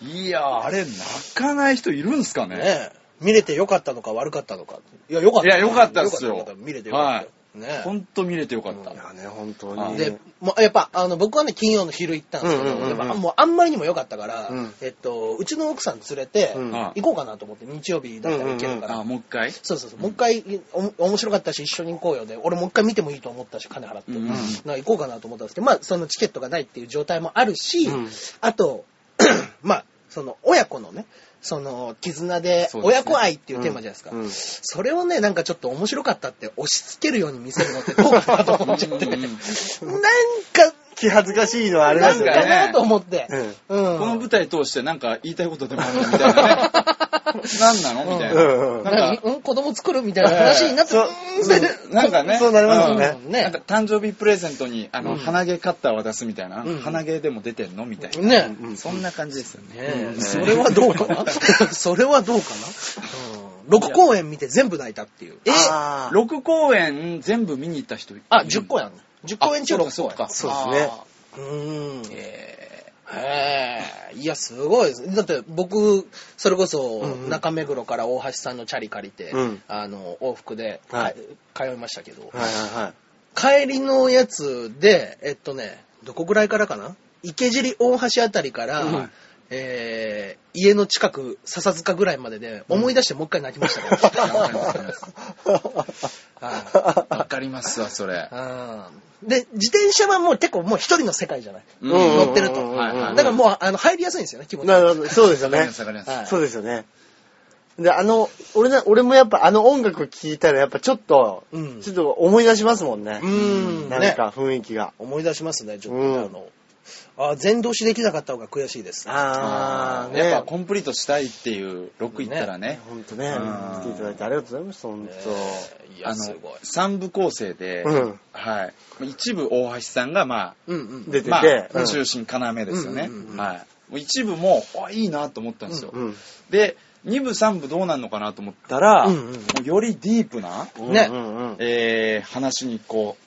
S2: きて、
S4: いやーあれ泣かない人いるんすかね
S2: ねえ、見れてよかったのか悪かったのか。いや、よかった。
S4: いやよかったっすよ
S2: かった見れてよかったよ。ね
S4: ほんと見れてよかった、
S3: いやね、本当
S4: あ
S3: に。
S2: で、もうやっぱ、あの、僕はね、金曜の昼行ったんですけど、
S3: うんうんうんうん
S2: でもあもうあんまりにも良かったから、
S3: うん
S2: えっと、うちの奥さん連れて、
S3: うん
S2: 行こうかなと思って、日曜日だったら行けるから、
S4: あもう一回
S2: そうそうそう、もう一回、お面白かったし、一緒に行こうよで、俺もう一回見てもいいと思ったし、金払って。
S4: うんうん
S2: なんか行こうかなと思ったんですけど、まあ、そのチケットがないっていう状態もあるし、
S3: うん
S2: あと、 まあ、その、親子のね、その、絆で、
S4: そうですね
S2: 親子愛っていうテーマじゃないですか。
S3: うんうん
S2: それをね、なんかちょっと面白かったって押し付けるように見せるのってどうかなと思っちゃ って、
S4: うんうん
S2: な
S4: うんん
S2: か、
S3: 気恥ずかしいのはあれ
S2: な
S3: なんん
S2: か
S3: だ
S4: なん
S3: よね。
S2: なと思って。
S3: う
S2: うん。
S4: この舞台通してなんか言いたいことでもあるみたいな ね。何なのみたいな。
S3: うんうん
S4: なんか、
S2: うん、子供作るみたいな話になって、
S3: そう
S2: うん
S4: なんかね。
S3: そうなりますよね
S4: うんなんか誕生日プレゼントに、あの、鼻毛カッターを渡すみたいな。
S2: うん
S4: 鼻毛でも出てんのみたいな。
S2: ね。
S4: そんな感じですよ
S2: ね
S4: ね。
S2: え
S4: うん
S2: それはどうかな それはどうかな、うん、?6 公演見て全部泣いたっていう。え
S3: あー
S4: 6公演全部見に行った人いる
S2: あ、10公演あるの ?10 公演中
S4: あ
S2: 6
S4: そう
S2: 公
S4: かそう
S2: 演
S4: か。
S3: そうですね。
S2: うーん。
S4: え
S2: へえ。いや、すごいです。だって僕、それこそ中目黒から大橋さんのチャリ借りて、
S3: うん
S2: あの、往復で、
S3: はい
S2: か通いましたけど、
S3: はいはいはい。
S2: 帰りのやつで、えっとね、どこぐらいからかな池尻大橋あたりから、えー家の近く、笹塚ぐらいまでで、思い出してもう一回泣きましたね。はい
S4: ーわかりますわ、それ。
S2: うんで、自転車はもう結構もう一人の世界じゃない。
S4: うん
S2: 乗ってると。
S3: うんうんうんうん
S4: はいは
S2: だ
S4: い
S2: からもう、あの、入りやすいんですよね、気持ち
S3: なるほど、そうですよ
S4: わかり
S3: ね
S4: ま。すわかります
S2: はい
S3: そうですよね。で、あの、俺な、俺もやっぱあの音楽聴いたらやっぱちょっと、
S2: うん
S3: ちょっと思い出しますもんね。
S2: うん
S3: なんか雰囲気が。
S2: 思い出しますね、ちょっと、
S3: うん
S2: あの、あー全同士できなかった方が悔しいです。
S3: あーね
S4: やっぱコンプリートしたいっていう6いったらね
S3: ほんとね、
S4: うん
S3: 来ていただいてありがとうございました、ほんと。
S2: い
S4: あ
S2: や、す
S4: の
S2: ごい。
S4: 3部構成で、
S3: うん
S4: はい、一部大橋さんがまあ
S2: うんうん。
S3: 出てて、
S4: ま
S3: う
S4: あ、
S3: ん
S4: 中心要ですよね
S2: うんうんうんう。ん
S4: はい。もう一部も、あ、いいなと思ったんですよ。
S3: うん
S4: で、二部、三部どうなるのかなと思ったら、
S2: うんうん
S4: もうよりディープな、
S2: ね
S3: うんうんうん
S4: えー話にこう、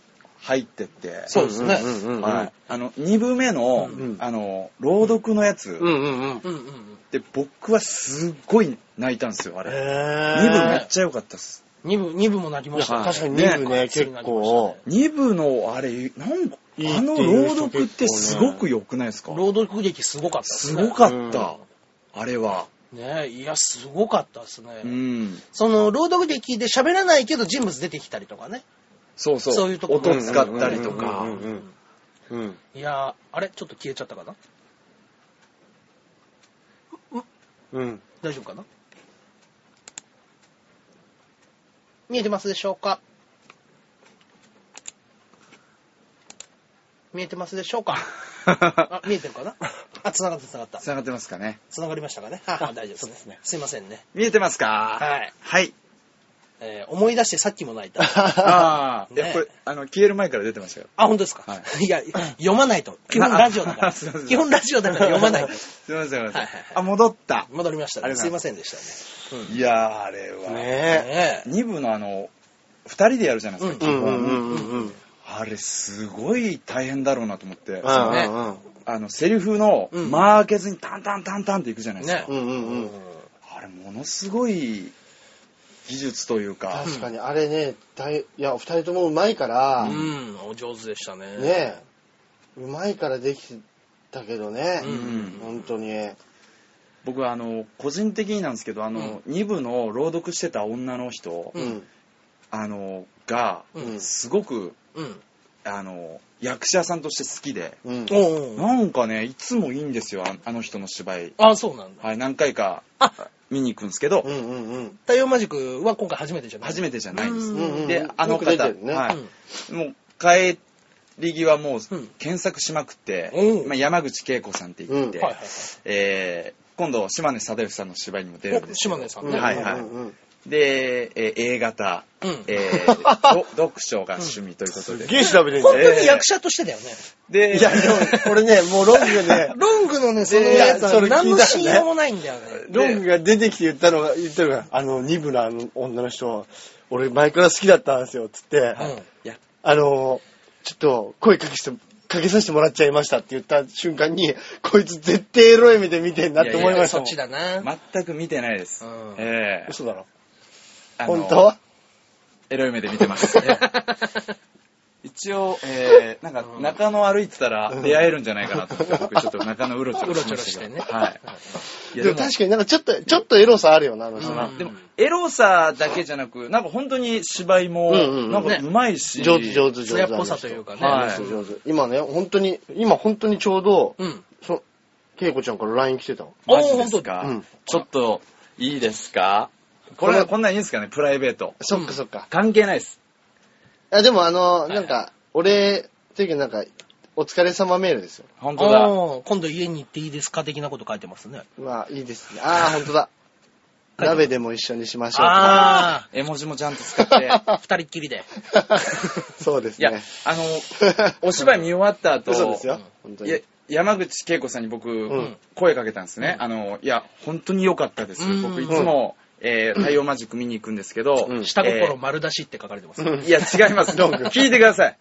S4: 入ってって。
S2: そうですね。
S3: うんうんうん
S4: はい。あの、二部目の、
S3: ん
S4: あの、朗読のやつ、
S3: うんうんうん。
S2: うんうんうん。
S4: で、僕はすっごい泣いたんですよ、あれ。
S3: え
S4: 二部めっちゃ良かったです。
S2: 二部、二部も泣きましたね。
S3: 確かに2部ね、
S2: ね
S3: 結構。
S4: 二部の、あれ、なんか、
S3: いいって
S4: あの
S3: いう人
S4: 朗読ってすごく良くないですか
S2: 朗読劇すごかったです
S4: す
S2: ね。
S4: ごかった。あれは。
S2: ねいや、すごかったですね。
S4: うん。
S2: その、朗読劇で喋らないけど人物出てきたりとかね。
S4: そうそう。
S2: そういうとこ
S4: 音使ったりとか。
S3: うんうんうんうん
S2: いやー、あれちょっと消えちゃったかな
S3: うんうん。
S2: 大丈夫かな見えてますでしょうか見えてますでしょうかあ、見えてるかなあ、繋がった繋がった。
S4: つながってますかね。
S2: 繋がりましたかねあ、大丈夫ですね。すいませんね。
S4: 見えてますか
S2: はい。
S4: はい。
S2: えー思い出してさっきも泣いた。
S4: ああ、いや
S2: ね
S4: これ、あの、消える前から出てましたよ。
S2: あ、本当ですか、、
S4: は い
S2: や、読まないと。基本ラジオだか
S4: あ
S2: ら。
S4: すいません
S2: 基本ラジオだから読まないと。
S4: すいません、すいません
S2: はいはいはい。
S4: あ、戻った。
S2: 戻りました
S4: あり
S2: ね。すい
S4: がと
S2: う
S4: ご
S2: ま
S4: ざ
S2: せんでした
S4: いやー、あれは。
S3: ね
S2: ね。ね
S4: 2部のあの、2人でやるじゃないですか、
S3: え。
S4: 基
S3: うんうんうん
S4: 本。
S3: うん
S4: あれ、すごい大変だろうなと思って、
S3: う
S4: あ
S2: うね
S3: ん。
S4: の、セリフの、
S2: うん
S4: 間開けずにタンタンタンタンっていくじゃないです
S2: ね
S4: か。
S3: うんうんうん。
S4: あれ、ものすごい技術というか、
S3: 確かに、あれね、大いや、お二人ともうまいから
S2: う、ん、お上手でしたね。
S3: ねえ、うまいからできたけどね
S2: う、ん
S3: 本当に。
S4: 僕はあの、個人的になんですけど、あの、2部の朗読してた女の人
S2: う、ん
S4: あの、が、
S2: うん
S4: すごく、
S2: うん。
S4: あの、役者さんとして好きで、
S3: うん。
S2: おうおう
S4: なんかね、いつもいいんですよ、ああの人の芝居。
S2: あ、そうなんだ。
S4: はい、何回か
S2: あ、
S4: 見に行くんですけど
S3: う、んうんうん。
S2: 太陽マジックは今回初めてじゃない
S4: 初めてじゃないんです。
S2: う
S3: うんうん
S4: で、あの
S3: よく出て
S4: 方、
S3: るね
S4: は
S2: う
S4: い、もう帰り際もう
S2: うん
S4: 検索しまくって、
S2: うん
S4: まあ、山口恵子さんって言って、
S2: はいはいはい。
S4: えー今度、島根貞義さんの芝居にも出るんです
S2: お島
S4: よ
S2: 根さん
S3: うん
S2: ね。
S4: はいはい
S3: うんうん
S4: で、えー A 型、
S2: うん
S4: えーど読書が趣味ということで。
S3: すげえ調べてんじゃ
S2: 本
S3: ん。
S2: 当に役者としてだよね。
S4: で、
S3: いや、でも俺ね、もうロン グね、
S2: ロングのね、その
S3: いや
S2: やつは
S3: それ聞いた
S2: 何の信用もないんだよね。
S3: ロングが出てきて言ったのが、言ったのが、あの、二部のあの女の人、俺前から好きだったんですよ、つって、
S2: うん
S3: あの、ちょっと声かけして、かけさせてもらっちゃいましたって言った瞬間に、こいつ絶対エロい目で見てんなって思いました
S2: そ
S3: も
S2: っ
S3: ん。
S2: ちだな。
S4: 全く見てないです。
S2: うん
S4: えー
S3: 嘘だろ。
S4: あの
S3: 本当
S4: エロい目で見てます。 一応、えー、なんか、中野歩いてたら出会えるんじゃないかなと思って、僕ちょっと中野うろちょろしましたけど。
S2: うろちょろしてね
S4: はい。いや
S3: でも確かになんかちょっと、ちょっとエロさあるよな、あの人な。
S2: に
S4: でも、エロさだけじゃなく、なんか本当に芝居も、
S3: うんうんうん
S4: なんか上手いし、
S3: 上手上手上手。
S2: 艶っぽさというかね
S3: あの人上手。今ね、本当に、今本当にちょうど、
S2: うん。
S3: そ、けいこちゃんから LINE 来てたわ。
S4: マジです
S3: おー
S4: か、
S3: 本当だうん
S4: ちょっと、いいですかこ
S3: これ
S4: れ、こんなんいいんですかねプライベート。
S3: そっかそっか。
S4: 関係ないです。
S3: あでもあの、
S2: い
S3: なんか、俺、というかなんか、お疲れ様メールですよ。
S4: 本当だ。
S2: ああ、今度家に行っていいですか的なこと書いてますね。
S3: まあ、いいですね。ああ、ほんとだ。鍋でも一緒にしましょう。
S2: あ
S4: 絵文字もちゃんと使 って。
S2: あ、 二人っきりで。
S3: そうです
S4: いや
S3: ね。、
S4: あの、お芝居見終わった 後、
S3: 嘘ですよ。本当
S4: いや
S3: に。
S4: 山口恵子さんに僕、
S3: ん
S4: 声かけたんですね、あのいや本当に良かったです、
S2: うん
S4: 僕いつも、えー、太陽マジック見に行くんですけど、
S3: うん
S2: 下心丸出しって書かれてます。
S4: えーいや違います 聞いてください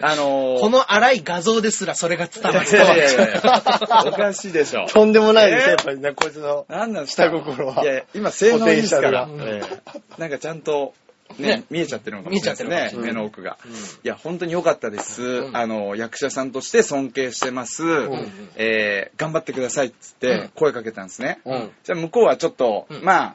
S4: あのー、
S2: この荒い画像ですらそれが伝わ
S4: いや
S2: る。
S4: いやいやいや おかしいでしょ
S3: とんでもないです
S4: えー
S3: やっぱりね、こいつの。
S4: 何なんですか
S3: 下心はい
S4: やいや今性能いいですから、
S3: ポ
S2: テンシャル
S4: え
S2: が
S4: ーなんかちゃんとね
S2: ね
S4: 見えちゃってるのかもしれない
S2: 見えちゃっ
S4: で
S2: て
S4: す
S2: る
S4: ね、目の奥が、
S2: ん
S4: いや本当に良かったです、
S2: ん
S4: あの役者さんとして尊敬してます、
S3: ん
S4: えー頑張ってくださいっつっ
S2: うん
S4: て声かけたんですね、
S3: うん。
S4: じゃあ向こうはちょっと、
S2: うん
S4: まあ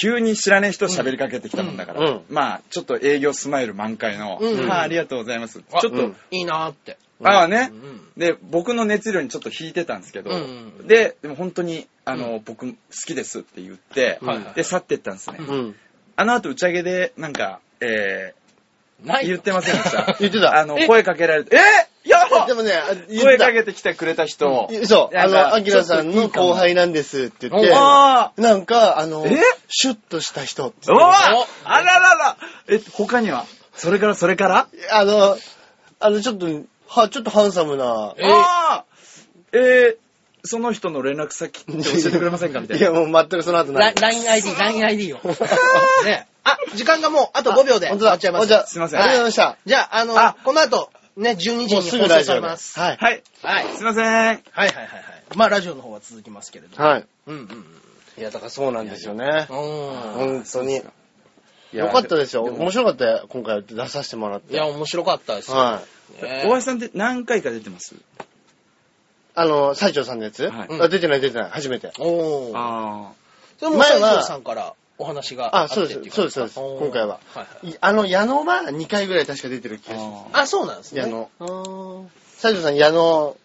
S4: 急に知らねえ人喋りかけてきたもんだから、
S3: うんうん
S4: まあちょっと営業スマイル満開の、
S2: うん
S4: まあありがとうございます、
S2: あ
S4: ちょっと、
S3: うん
S2: いいなーって。
S4: ああね、
S2: うん
S4: で僕の熱量にちょっと引いてたんですけど、
S2: うんうん
S4: ででも本当にあの、僕好きですって言って、
S2: はいはい
S4: で去ってったんですね、
S3: うん。
S4: あの後打ち上げでなんか、えー
S2: ない
S4: 言ってません でした。
S3: 言ってた
S4: あの、声かけられて、えやば
S3: でもね、あ言って
S4: 声
S3: た
S4: か。けてきてくれた人。
S3: そう、あ
S4: なんか
S3: の、アキラさんの後輩なんですって言って、
S4: あ
S3: なんか、あの
S4: え、
S3: シュッとした人って
S4: ーおわあらららえ、他にはそれからそれから
S3: あの、あの、ちょっと、は、ちょっとハンサムな。
S2: え
S4: あーえー、その人の連絡先って教えてくれませんかみたい
S3: い
S4: な。
S3: や、もう全くその後な
S2: ラ
S3: い。
S2: LINE ID、LINE ID を。ね。あ、時間がもう、あと5秒で終
S3: 本当だ
S2: わっちゃいま
S3: おじゃ
S2: す。
S3: あ
S4: すいません
S3: ありがとうございまし
S2: じゃあ、あの
S4: あ、
S2: この後、ね、12時
S3: た。もう
S2: に
S3: す
S2: 放
S3: ぐ
S2: 送
S3: ラジ
S2: さ
S3: オ
S2: れ
S3: で。
S2: ますす。
S3: はい。
S4: はい。
S2: はい。はい
S4: すいません。
S2: はいはいはい。まあ、ラジオの方は続きますけれども。
S3: はい。
S2: うんうんうん。
S3: いや、だからそうなんですよね。
S2: うん。
S3: 本当に。
S4: いや
S3: よかったですよ。
S4: でも
S3: 面白かったよ。今回出させてもらっ
S2: い
S3: て。
S2: や、面白かったですよ。
S3: はい。
S2: ね
S4: 大橋さんって何回か出てます
S3: あの、西条さんのやつ、
S4: はい
S3: あ出てない出てない。初めて。
S2: おー。
S4: あ
S2: それも
S3: 前
S2: 西
S3: は
S2: 条さんからお話があ
S3: あ、
S2: って
S3: そうで
S2: ってい
S3: す。
S2: こ
S3: そう
S2: と
S3: です。そうです。
S2: かおー
S3: 今回は。
S2: はいはい
S3: いあの、矢野は2回ぐらい確か出てる気
S4: ー
S3: がします。
S4: あー。
S2: あ、そうなんですね。
S3: 矢野。
S2: うーん
S3: 西条さん、矢野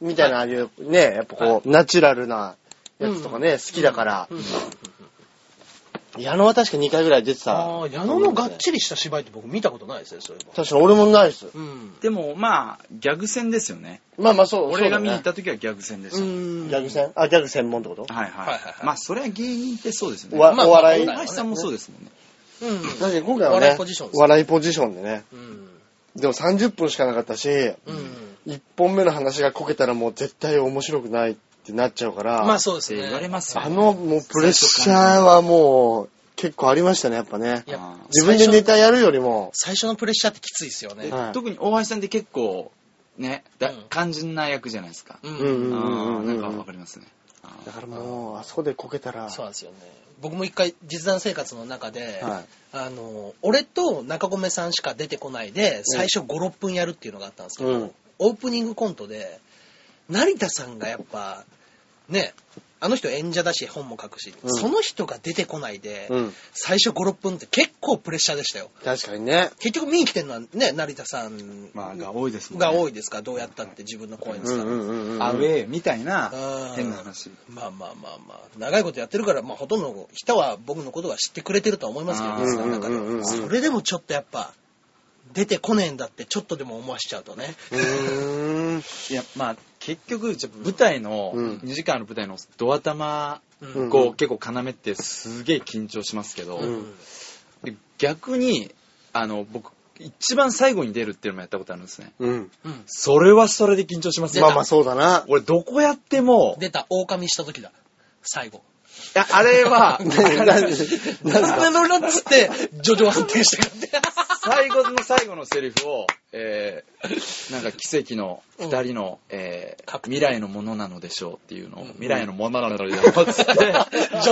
S3: みたいな、ああいう、ね、やっぱこう、ナチュラルなやつとかね、好きだから、
S2: うん
S3: 矢野は確か2回ぐらい出てた。
S2: ああ、矢野のがっちりした芝居って僕見たことないですね、そういえば。
S3: 確かに俺もないです。
S2: うん。
S4: でも、まあ、ギャグ戦ですよね。
S3: まあまあそう。
S4: 俺が見に行っ
S3: そうだね
S4: た時はギャグ戦でし
S2: う
S4: た。
S2: ん。
S3: ギャグ戦あ、ギャグ専門ってこと
S4: はい
S2: は
S4: はい
S2: はいはい
S4: い。まあ、それは芸人ってそうですよね。
S3: おわ
S2: まあ
S3: お笑い。
S2: まあ
S4: 大橋さんもそうですもんね。
S2: うん。
S3: だって今回はね、
S2: 笑いポジションですね
S3: 笑いポジションでね。
S2: うん。
S3: でも30分しかなかったし、
S2: うん。
S3: 1本目の話がこけたらもう絶対面白くないってなっちゃうから、
S2: まあそうです
S4: って
S2: ね。
S4: 言われますよね
S3: あのもうプレッシャーはもう結構ありましたね、やっぱね
S2: い。や
S4: あー
S3: 自分でネタやるよりも、
S2: 最初のプレッシャーってきついですよね。
S3: はい
S4: 特に大橋さんって結構、ね、だ
S2: うん
S4: 肝心な役じゃないですか。
S2: うん
S3: うんうん
S4: あー
S3: う
S4: なんん
S3: う
S4: か
S3: ん
S4: わかりますね。あ
S3: だからもう、あそこでこけたら、
S2: そうなんですよね。僕も一回実弾生活の中で、
S3: はい
S2: あの、俺と中込さんしか出てこないで、最初5、6分やるっていうのがあったんですけど、
S3: うん
S2: オープニングコントで、成田さんがやっぱ、ね、あの人演者だし本も書くし、
S3: うん
S2: その人が出てこないで、
S3: うん
S2: 最初5、6分って結構プレッシャーでしたよ。
S3: 確かにね。
S2: 結局見に来てるのはね、成田さん
S4: まあ、が多いですもんね。
S2: が多いですから、どうやったって自分の声に
S3: うん
S2: 伝わ
S3: う
S2: る。
S3: んうんうん。
S4: アウェーみたいな
S2: うん
S4: 変な話。
S2: まあまあまあまあ、長いことやってるから、まあほとんどの人は僕のことは知ってくれてるとは思いますけど、
S4: あー
S2: リスナーの中で
S3: うんうんうんうん
S2: は。それでもちょっとやっぱ、出てこねえんだってちょっとでも思わしちゃうとね。
S3: うーん。
S4: いや、まあ、結局、じゃあ舞台の、
S3: うん
S4: 2時間ある舞台のドア玉
S2: うん
S4: こう結構要ってすげえ緊張しますけど、
S2: うん
S4: で逆に、あの、僕、一番最後に出るっていうのもやったことあるんですね。
S3: うん。
S2: うん
S4: それはそれで緊張しますね。
S3: まあまあそうだ な。
S4: 俺、どこやっても、
S2: 出た、狼した時だ。最後。
S4: いやあれ は、
S2: なんで俺らっつって、ジョジョは安定してくって。
S4: 最後の最後のセリフを、えー、なんか奇跡の二人の、えー未来のものなのでしょうっていうのを、未来のものなの でしょうっつって、
S2: ジ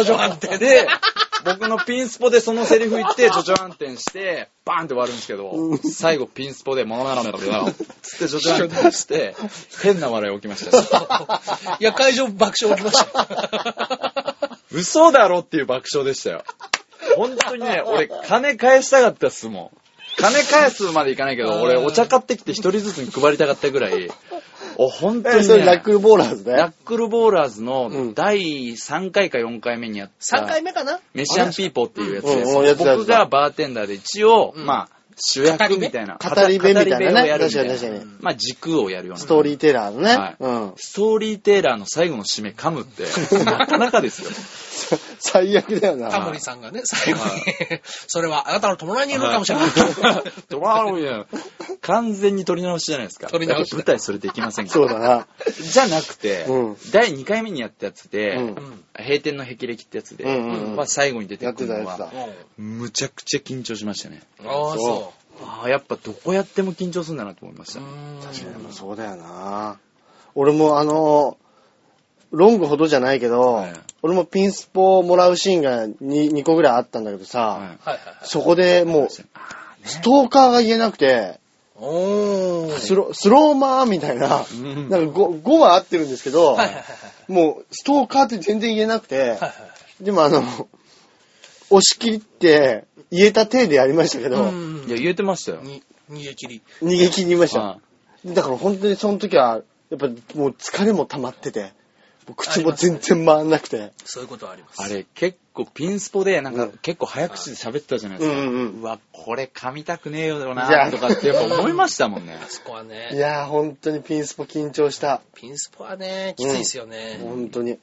S2: ョジョ安定で。
S4: で、僕のピンスポでそのセリフ言って、ジョジョ暗転して、バーンって終わるんですけど、最後ピンスポで、ものならめろだよ、つってジョジョ暗転して、変な笑い起きました。
S2: いや、会場爆笑起きました。
S4: 嘘だろっていう爆笑でしたよ。本当 にね、俺、金返したかったっすもん。金返すまでいかないけど、俺、お茶買ってきて一人ずつに配りたかったぐらい、お、本当
S3: え、
S4: に
S3: それ
S4: ね、
S3: ラックルボーラーズ
S4: ナ
S3: だ
S4: ッ
S3: よ。
S4: クルボーラーズ
S3: うん
S4: の第3回か4回目にやった、
S2: 3回目かな
S4: メシアンピーポーっていうやつで
S3: うんうんや
S4: す。
S3: つだ
S4: 僕がバーテンダーで一応、
S2: うん
S4: まあ、主役みたいな。
S3: 語り部みたいなね
S4: 語り部をやるみたいな
S3: 確かに確かに
S4: まあ、軸をやるような。
S3: ストーリーテラーのね。
S4: はい
S3: うん。
S4: ストーリーテイラーの最後の締め噛むって、なかなかですよ。
S3: 最悪だよな。
S2: タモリさんがね、最後に、 それはあなたの隣にいるかもしれない。
S4: ドワーンみたいな 完全に撮り直しじゃないですか。
S2: 撮り直しだ
S4: 舞台それできませんか
S3: そうだな。
S4: じゃなくて、
S3: うん
S4: 第2回目にやったやつで、
S3: うん
S2: うん
S4: 閉店の霹靂ってやつで、
S3: うんうんうん
S4: は最後に出て
S3: やっ
S4: く
S3: て
S4: る
S3: た
S4: の
S3: やつだ
S4: は、。むちゃくちゃ緊張しましたね。
S2: ああ、そ
S4: ああ、やっぱどこやっても緊張するんだなと思いまし
S2: う。
S4: た。
S2: 確
S3: でもそうだよな。俺もあの、ロングほどじゃないけど、
S4: はい
S3: 俺もピンスポをもらうシーンが 2, 2個ぐらいあったんだけどさ、
S4: はい
S2: はいはいはい。
S3: そこでもう、ストーカーが言えなくて、
S2: おー。
S3: スロスローマーみたいな、
S4: ん
S3: なんか 5, 5は合ってるんですけ
S2: は
S3: ど、
S2: いはいはい
S3: もうストーカーって全然言えなくて、
S2: はいはい。
S3: でもあの、押し切って言えた体でやりましたけ
S2: う
S3: ど、
S2: ん
S4: いや、言えてましたよ。
S2: に、逃げ切り。
S3: 逃げ切りました。
S4: はい
S3: だから本当にその時は、やっぱもう疲れも溜まってて、もう口も全然回んなくて。
S2: そういうことはあります。
S4: あれ、結構ピンスポで、なん
S3: う
S4: か
S3: ん
S4: 結構早口で喋ってたじゃないで
S3: う
S4: す
S3: ん
S4: か。
S3: う
S4: うんわ、これ噛みたくねえよ
S3: いや
S4: なとかってやっぱ思いましたもんね。
S2: そこは
S3: うん。い
S2: ね、
S3: やー、本当にピンスポ緊張した。
S2: ピンスポはね、きついですよね。
S3: 本当に。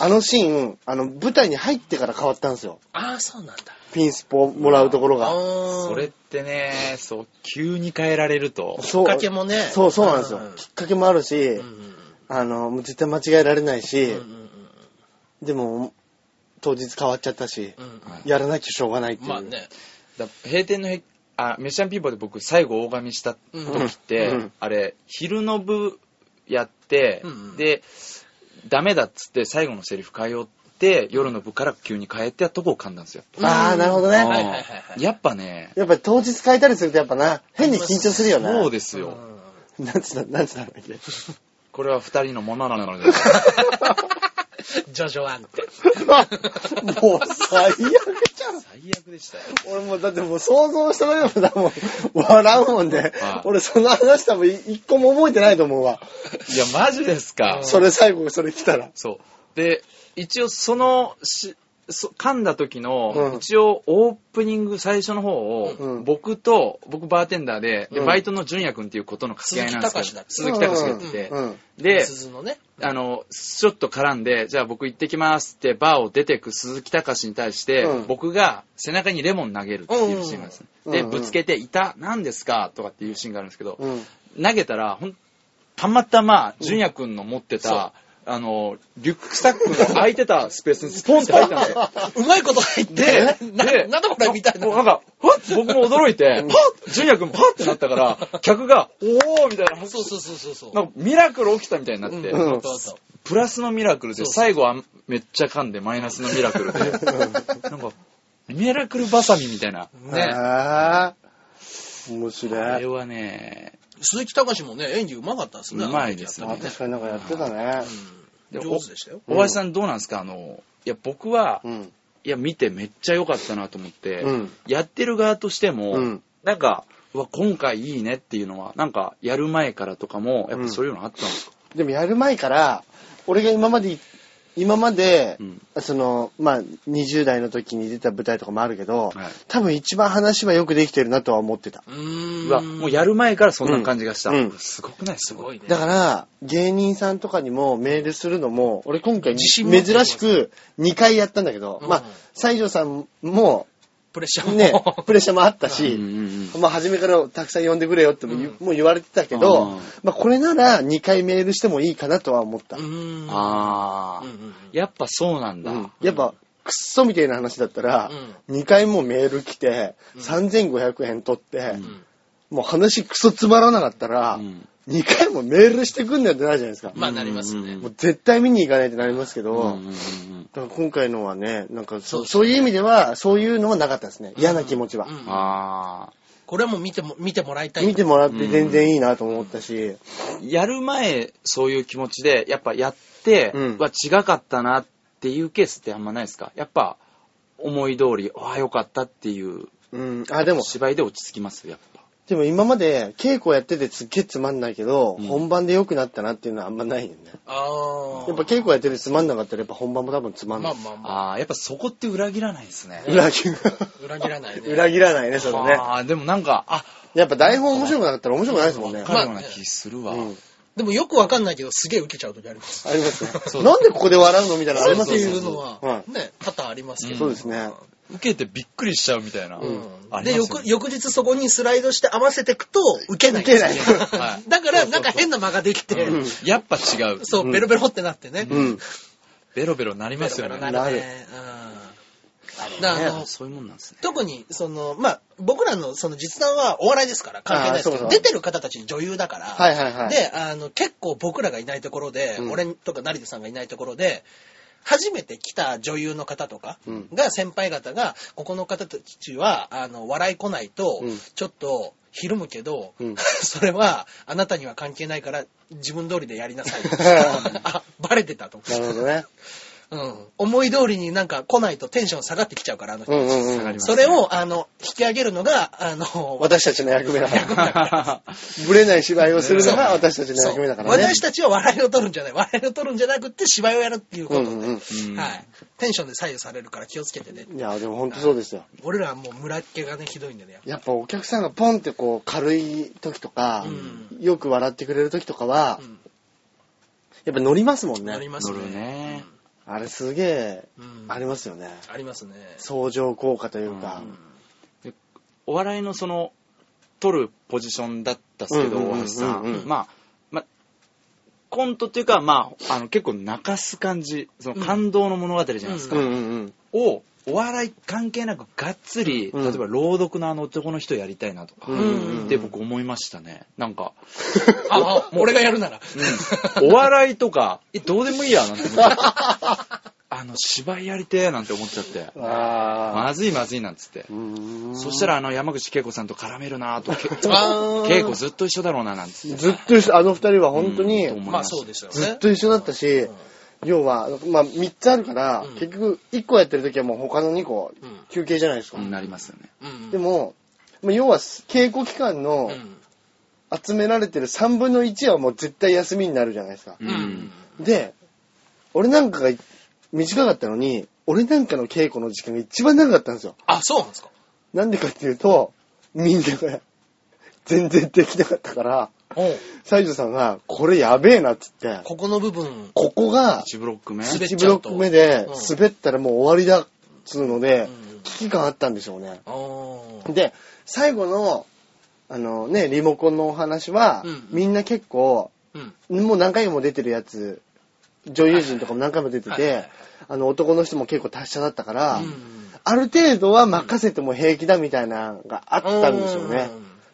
S3: あのシーン、あの、舞台に入ってから変わったんですよ。
S2: ああ、そうなんだ。
S3: ピンスポもらうところが。
S2: あ
S4: それっ
S2: ー
S4: てね、そう、急に変えられると。
S3: そ
S2: きっかけもね
S3: そう、そうなんですよ
S2: う。ん
S3: きっかけもある
S2: う
S3: し
S2: んう、ん
S3: あの、もう絶対間違えられないし
S2: うんう、ん
S3: でも、当日変わっちゃったし
S2: う、ん
S3: やらなきゃしょうがないっ
S2: う
S3: てい
S2: ん
S3: う。
S2: まあね、
S4: だ閉店のへあ、メシアンピーポーで僕最後大神した時って、
S3: うんうん
S4: あれ、昼の部やって、
S2: うんうん
S4: で、ダメだっつって最後のセリフ変えようって、夜の部から急に変えてとこを噛んだんですよ。
S3: あー、なるほど
S4: うん
S3: ね。
S2: はいはいはい
S4: やっぱね、
S3: やっぱり当日変えたりするとやっぱな、変に緊張するよな。
S4: そうですよ。
S3: す。なんつった、なんつったんだっけ。
S4: これは二人のものなの で。
S2: ジョジョワンって。
S3: もう最悪じゃん。
S4: 最悪でしたよ。
S3: 俺もうだってもう想像しただけでもだもん、笑うもんで、
S4: はい
S3: 俺その話多分一個も覚えてないと思うわ。
S4: いや、マジですか。
S3: それ最後それ来たら。
S4: そう。で、一応そのし、そ噛んだ時の、
S3: うん
S4: 一応オープニング最初の方を、
S3: うん
S4: 僕と、僕バーテンダーで、で
S3: うん
S4: バイトの純也君っていうことの掛け合いなんですけ
S2: 鈴
S4: ど、
S2: 木
S4: 鈴木
S2: 隆
S4: 隆
S3: がや
S4: がや
S3: っ
S4: ってて
S3: て
S4: て、
S3: うん。
S4: で、
S2: 鈴のね。
S4: あの、ちょっと絡んで、じゃあ僕行ってきますって、バーを出てく鈴木隆に対して、
S3: うん
S4: 僕が背中にレモン投げるっていうシーンなんですね。
S3: うん
S4: で、
S3: うん
S4: ぶつけて、いた、何ですかとかっていうシーンがあるんですけど、
S3: うん。
S4: 投げたら、ほん、たまたま、純也くんの持ってた、あの、リュックサックの空いてたスペースにスポンって入ったんです よ。
S2: うまいこと入って、
S4: で、
S2: な
S4: で
S2: なんだこれみたいな
S4: もう。なんか、はっ僕も驚いて、はっ純也くんもはっってなったから、客が、おーみたいな拍手
S2: そうそうそうそうそう。
S4: なんかミラクル起きたみたいになって、
S2: うん
S3: うん
S2: あったあった
S4: プラスのミラクルで、
S2: そうそう
S4: 最後はめっちゃ噛んでマイナスのミラクルで、なんか、ミラクルバサミみたいな。ね。
S3: あー面
S4: あ
S3: 白
S4: れ
S3: い。
S4: はね、
S2: 鈴木隆もね、演技うまかったですね。
S4: うまいですね
S2: あの
S3: あ
S2: 時やっ
S3: 確かになんかやってたね。
S2: た
S4: で
S2: ね上手でしたよ。
S4: 大橋さんどうなんですかあの、いや、僕は、
S3: うん。
S4: いや、見てめっちゃ良かったなと思って、
S3: うん
S4: やってる側としても、
S3: うん
S4: なんか、うわ、今回いいねっていうのは、なんか、やる前からとかも、やっぱそういうのあったんですか、
S3: でもやる前から、俺が今まで、今まで、
S4: うん
S3: その、まあ、20代の時に出た舞台とかもあるけど、
S4: はい
S3: 多分一番話はよくできてるなとは思ってた。
S2: うー。
S4: うんわ、もうやる前からそんな感じがした。
S3: うんうん
S4: すごくないす
S2: すごいね。
S3: だから、芸人さんとかにもメールするのも、俺今回
S2: 自信持って
S3: 珍しく2回やったんだけど、
S2: うん
S3: まあ、西条さんも、
S2: プレッシャーも。
S3: ね、プレッシャーもあったし、
S4: うんうん
S3: まあ、初めからたくさん呼んでくれよっても,、
S2: うん
S3: もう言われてたけど、
S4: うん
S3: まあ、これなら2回メールしてもいいかなとは思った。
S2: うー。
S4: うんん。あ
S2: う
S4: ー、
S2: んうんうん
S4: やっぱそうなんだ。
S3: うんやっぱ、クッソみたいな話だったら、
S2: う
S3: 2回もメール来て、3500円取って、
S2: ん
S3: もう話クソつまらなかったら、
S4: うん
S3: 2回もメールしてくんねんってなるじゃないですか。
S2: まあなりますね。
S3: もう絶対見に行かないってなりますけど、
S4: うんうんうん
S3: だから今回のはね、なんか
S2: そうで
S3: そ
S2: す
S3: う
S2: ね
S3: そういう意味では、そういうのはなかったですね。嫌な気持ちは。
S2: うんうん
S4: あ
S2: これはもう見ても、見てもらいたい。
S3: 見てもらって全然いいなと思ったし、
S4: ーやる前、そういう気持ちで、やっぱやって、
S3: うん
S4: は違かったなっていうケースってあんまないですかやっぱ、思い通り、ああ、よかったっていう
S3: うん。あ、でも、
S4: 芝居で落ち着きますやっぱ。
S3: でも今まで稽古やっててすっげえつまんないけど、
S4: うん
S3: 本番で良くなったなっていうのはあんまないよね。
S2: ああ。
S3: やっぱ稽古やっててつまんなかったらやっぱ本番も多分つまん
S2: ま
S3: な
S2: あ
S3: い。
S2: まあまあ。
S4: ああ、やっぱそこって裏切らないですね。
S3: 裏切る。
S2: 裏切らないね。
S3: 裏切らないね、それね。
S4: ああ、でもなんか、あ、
S3: やっぱ台本面白くなかったら面白くないですもんね
S4: わ。かるような気するわ。
S3: うん
S2: でもよくわかんないけど、すげえ受けちゃう時あります。
S3: ありますね
S4: そう
S3: なんでここで笑うのみたいなのありま
S2: っ
S3: す
S2: て
S3: よ
S2: いう
S3: ね。
S2: のは
S3: は、
S2: ね、多々ありますけど。
S3: そうですね。
S4: 受けてびっくりしちゃうみたいな。
S2: う
S4: あ
S2: ん。
S4: り
S2: で、
S4: ますよ
S2: 翌
S4: ね
S2: 翌日そこにスライドして合わせていくと、受けない。
S3: 受けない
S4: はい
S2: だから、なんか変な間ができて、
S4: やっぱ違う。
S2: そう、ベロベロってなってね。
S3: うん。
S4: ベロベロなりますよね。
S2: な
S3: な
S2: る
S3: る
S2: ね。うん。だからあの
S4: そういうもんなんですね。
S2: 特に、その、まあ、僕らの、その、実談はお笑いですから、関係ないですけ
S3: あーそ
S2: ど、
S3: うそ
S2: 出
S3: う
S2: てる方たち女優だから、
S3: はいはいはい
S2: で、あの、結構僕らがいないところで、
S3: うん
S2: 俺とか成田さんがいないところで、初めて来た女優の方とか
S3: うん
S2: が、先輩方が、ここの方たちは、あの、笑い来ないと
S3: うん、
S2: ちょっと、ひるむけど、
S3: うん
S2: それは、あなた には関係ないから、自分通りでやりなさい。あ、バレてたと。
S3: なるほどね。
S2: うん。思い通りになんか来ないとテンション下がってきちゃうから、あの人
S3: うんうん
S4: 下
S3: う
S4: が
S3: ん
S4: り。ます
S2: それを、あの、引き上げるのが、あの、
S3: 私たちの役目だから。
S4: は
S3: ぶれない芝居をするのが私たちの役目だからね。
S2: 私たちは笑いを取るんじゃない。笑いを取るんじゃなくって芝居をやるっていうこと
S3: うんうん
S4: うん
S2: はい。テンションで左右されるから気をつけてね。
S3: いや、でも本当そうですよ。
S2: 俺らはもう村っ気がね、ひどいんでね。
S3: やっぱお客さんがポンってこう軽い時とか、
S2: う
S3: よく笑ってくれる時とかは、
S2: うん
S3: やっぱ乗りますもん
S2: なり
S3: ね。
S2: ます
S4: 乗る
S2: ね
S4: ね。
S3: あれすげえ、
S2: うん
S3: ありますよね。
S2: ありますね。
S3: 相乗効果というか。
S4: お笑いのその取るポジションだったっすけど
S3: うんうんうんうん
S4: 大橋さん
S3: うん
S4: まあまコントっていうか、まあ、あの結構泣かす感じその
S2: うん
S4: 感動の物語じゃないです
S3: う
S4: か、
S3: んうんうん。
S4: をお笑い関係なくがっつり、
S3: うん
S4: 例えば朗読のあの男の人やりたいなとか、
S3: うん
S2: うん
S4: って僕思いましたねなんか、
S2: あ、あ俺がやるなら。
S4: うん、 お笑いとかえどうでもいいやなんて思っちゃって あの芝居やりてえなんて思っちゃって
S3: ああ。
S4: まずいまずいなんつってそした
S3: ら、
S4: らあの山口恵子さんと絡めるな と
S2: あ
S4: け
S2: ー
S4: 恵子ずっと一緒だろうななんつって
S3: ずっと一緒、あの二人は本当に、
S4: うん
S2: まあそうでしたよね。
S3: ずっと一緒だったし、要は、まあ3つあるから、
S2: うん
S3: 結局1個やってる時はもう他の2個
S2: うん
S3: 休憩じゃないですか。
S4: うんなりますよね
S2: うん。
S3: でも、まあ要は稽古期間
S2: う
S3: の
S2: ん、
S3: 集められてる3分の1はもう絶対休みになるじゃないですか。
S4: う
S2: うん。うん
S4: ん。
S3: で、俺なんかが短かったのに、俺なんかの稽古の時間が一番長かったんですよ。
S2: あ、そうなんですか。
S3: なんでかっていうと、みんなが全然できなかったから、
S2: おう
S3: 西条さんが、これやべえなっつって、
S2: ここの部分。
S3: ここが
S4: 1ブロック目
S2: 滑っ
S3: 1
S2: ち
S3: ブ
S2: ゃ
S3: ロ
S2: う
S3: ッ
S2: と
S3: ク目で
S2: うん
S3: 滑ったらもう終わりだっつうので
S2: うん、
S3: 危機感あったんでしょうね。
S2: おー
S3: で、最後の、あのね、リモコンのお話は、
S2: うん
S3: みんな結構、
S2: うん。
S3: もう何回も出てるやつ、女優陣とかも何回も出て
S2: はいはいは
S3: て
S2: い、
S3: あの男の人も結構達者だったから、
S2: うん
S3: ある程度は任せても平気だみたいなのがあったんでしょうね。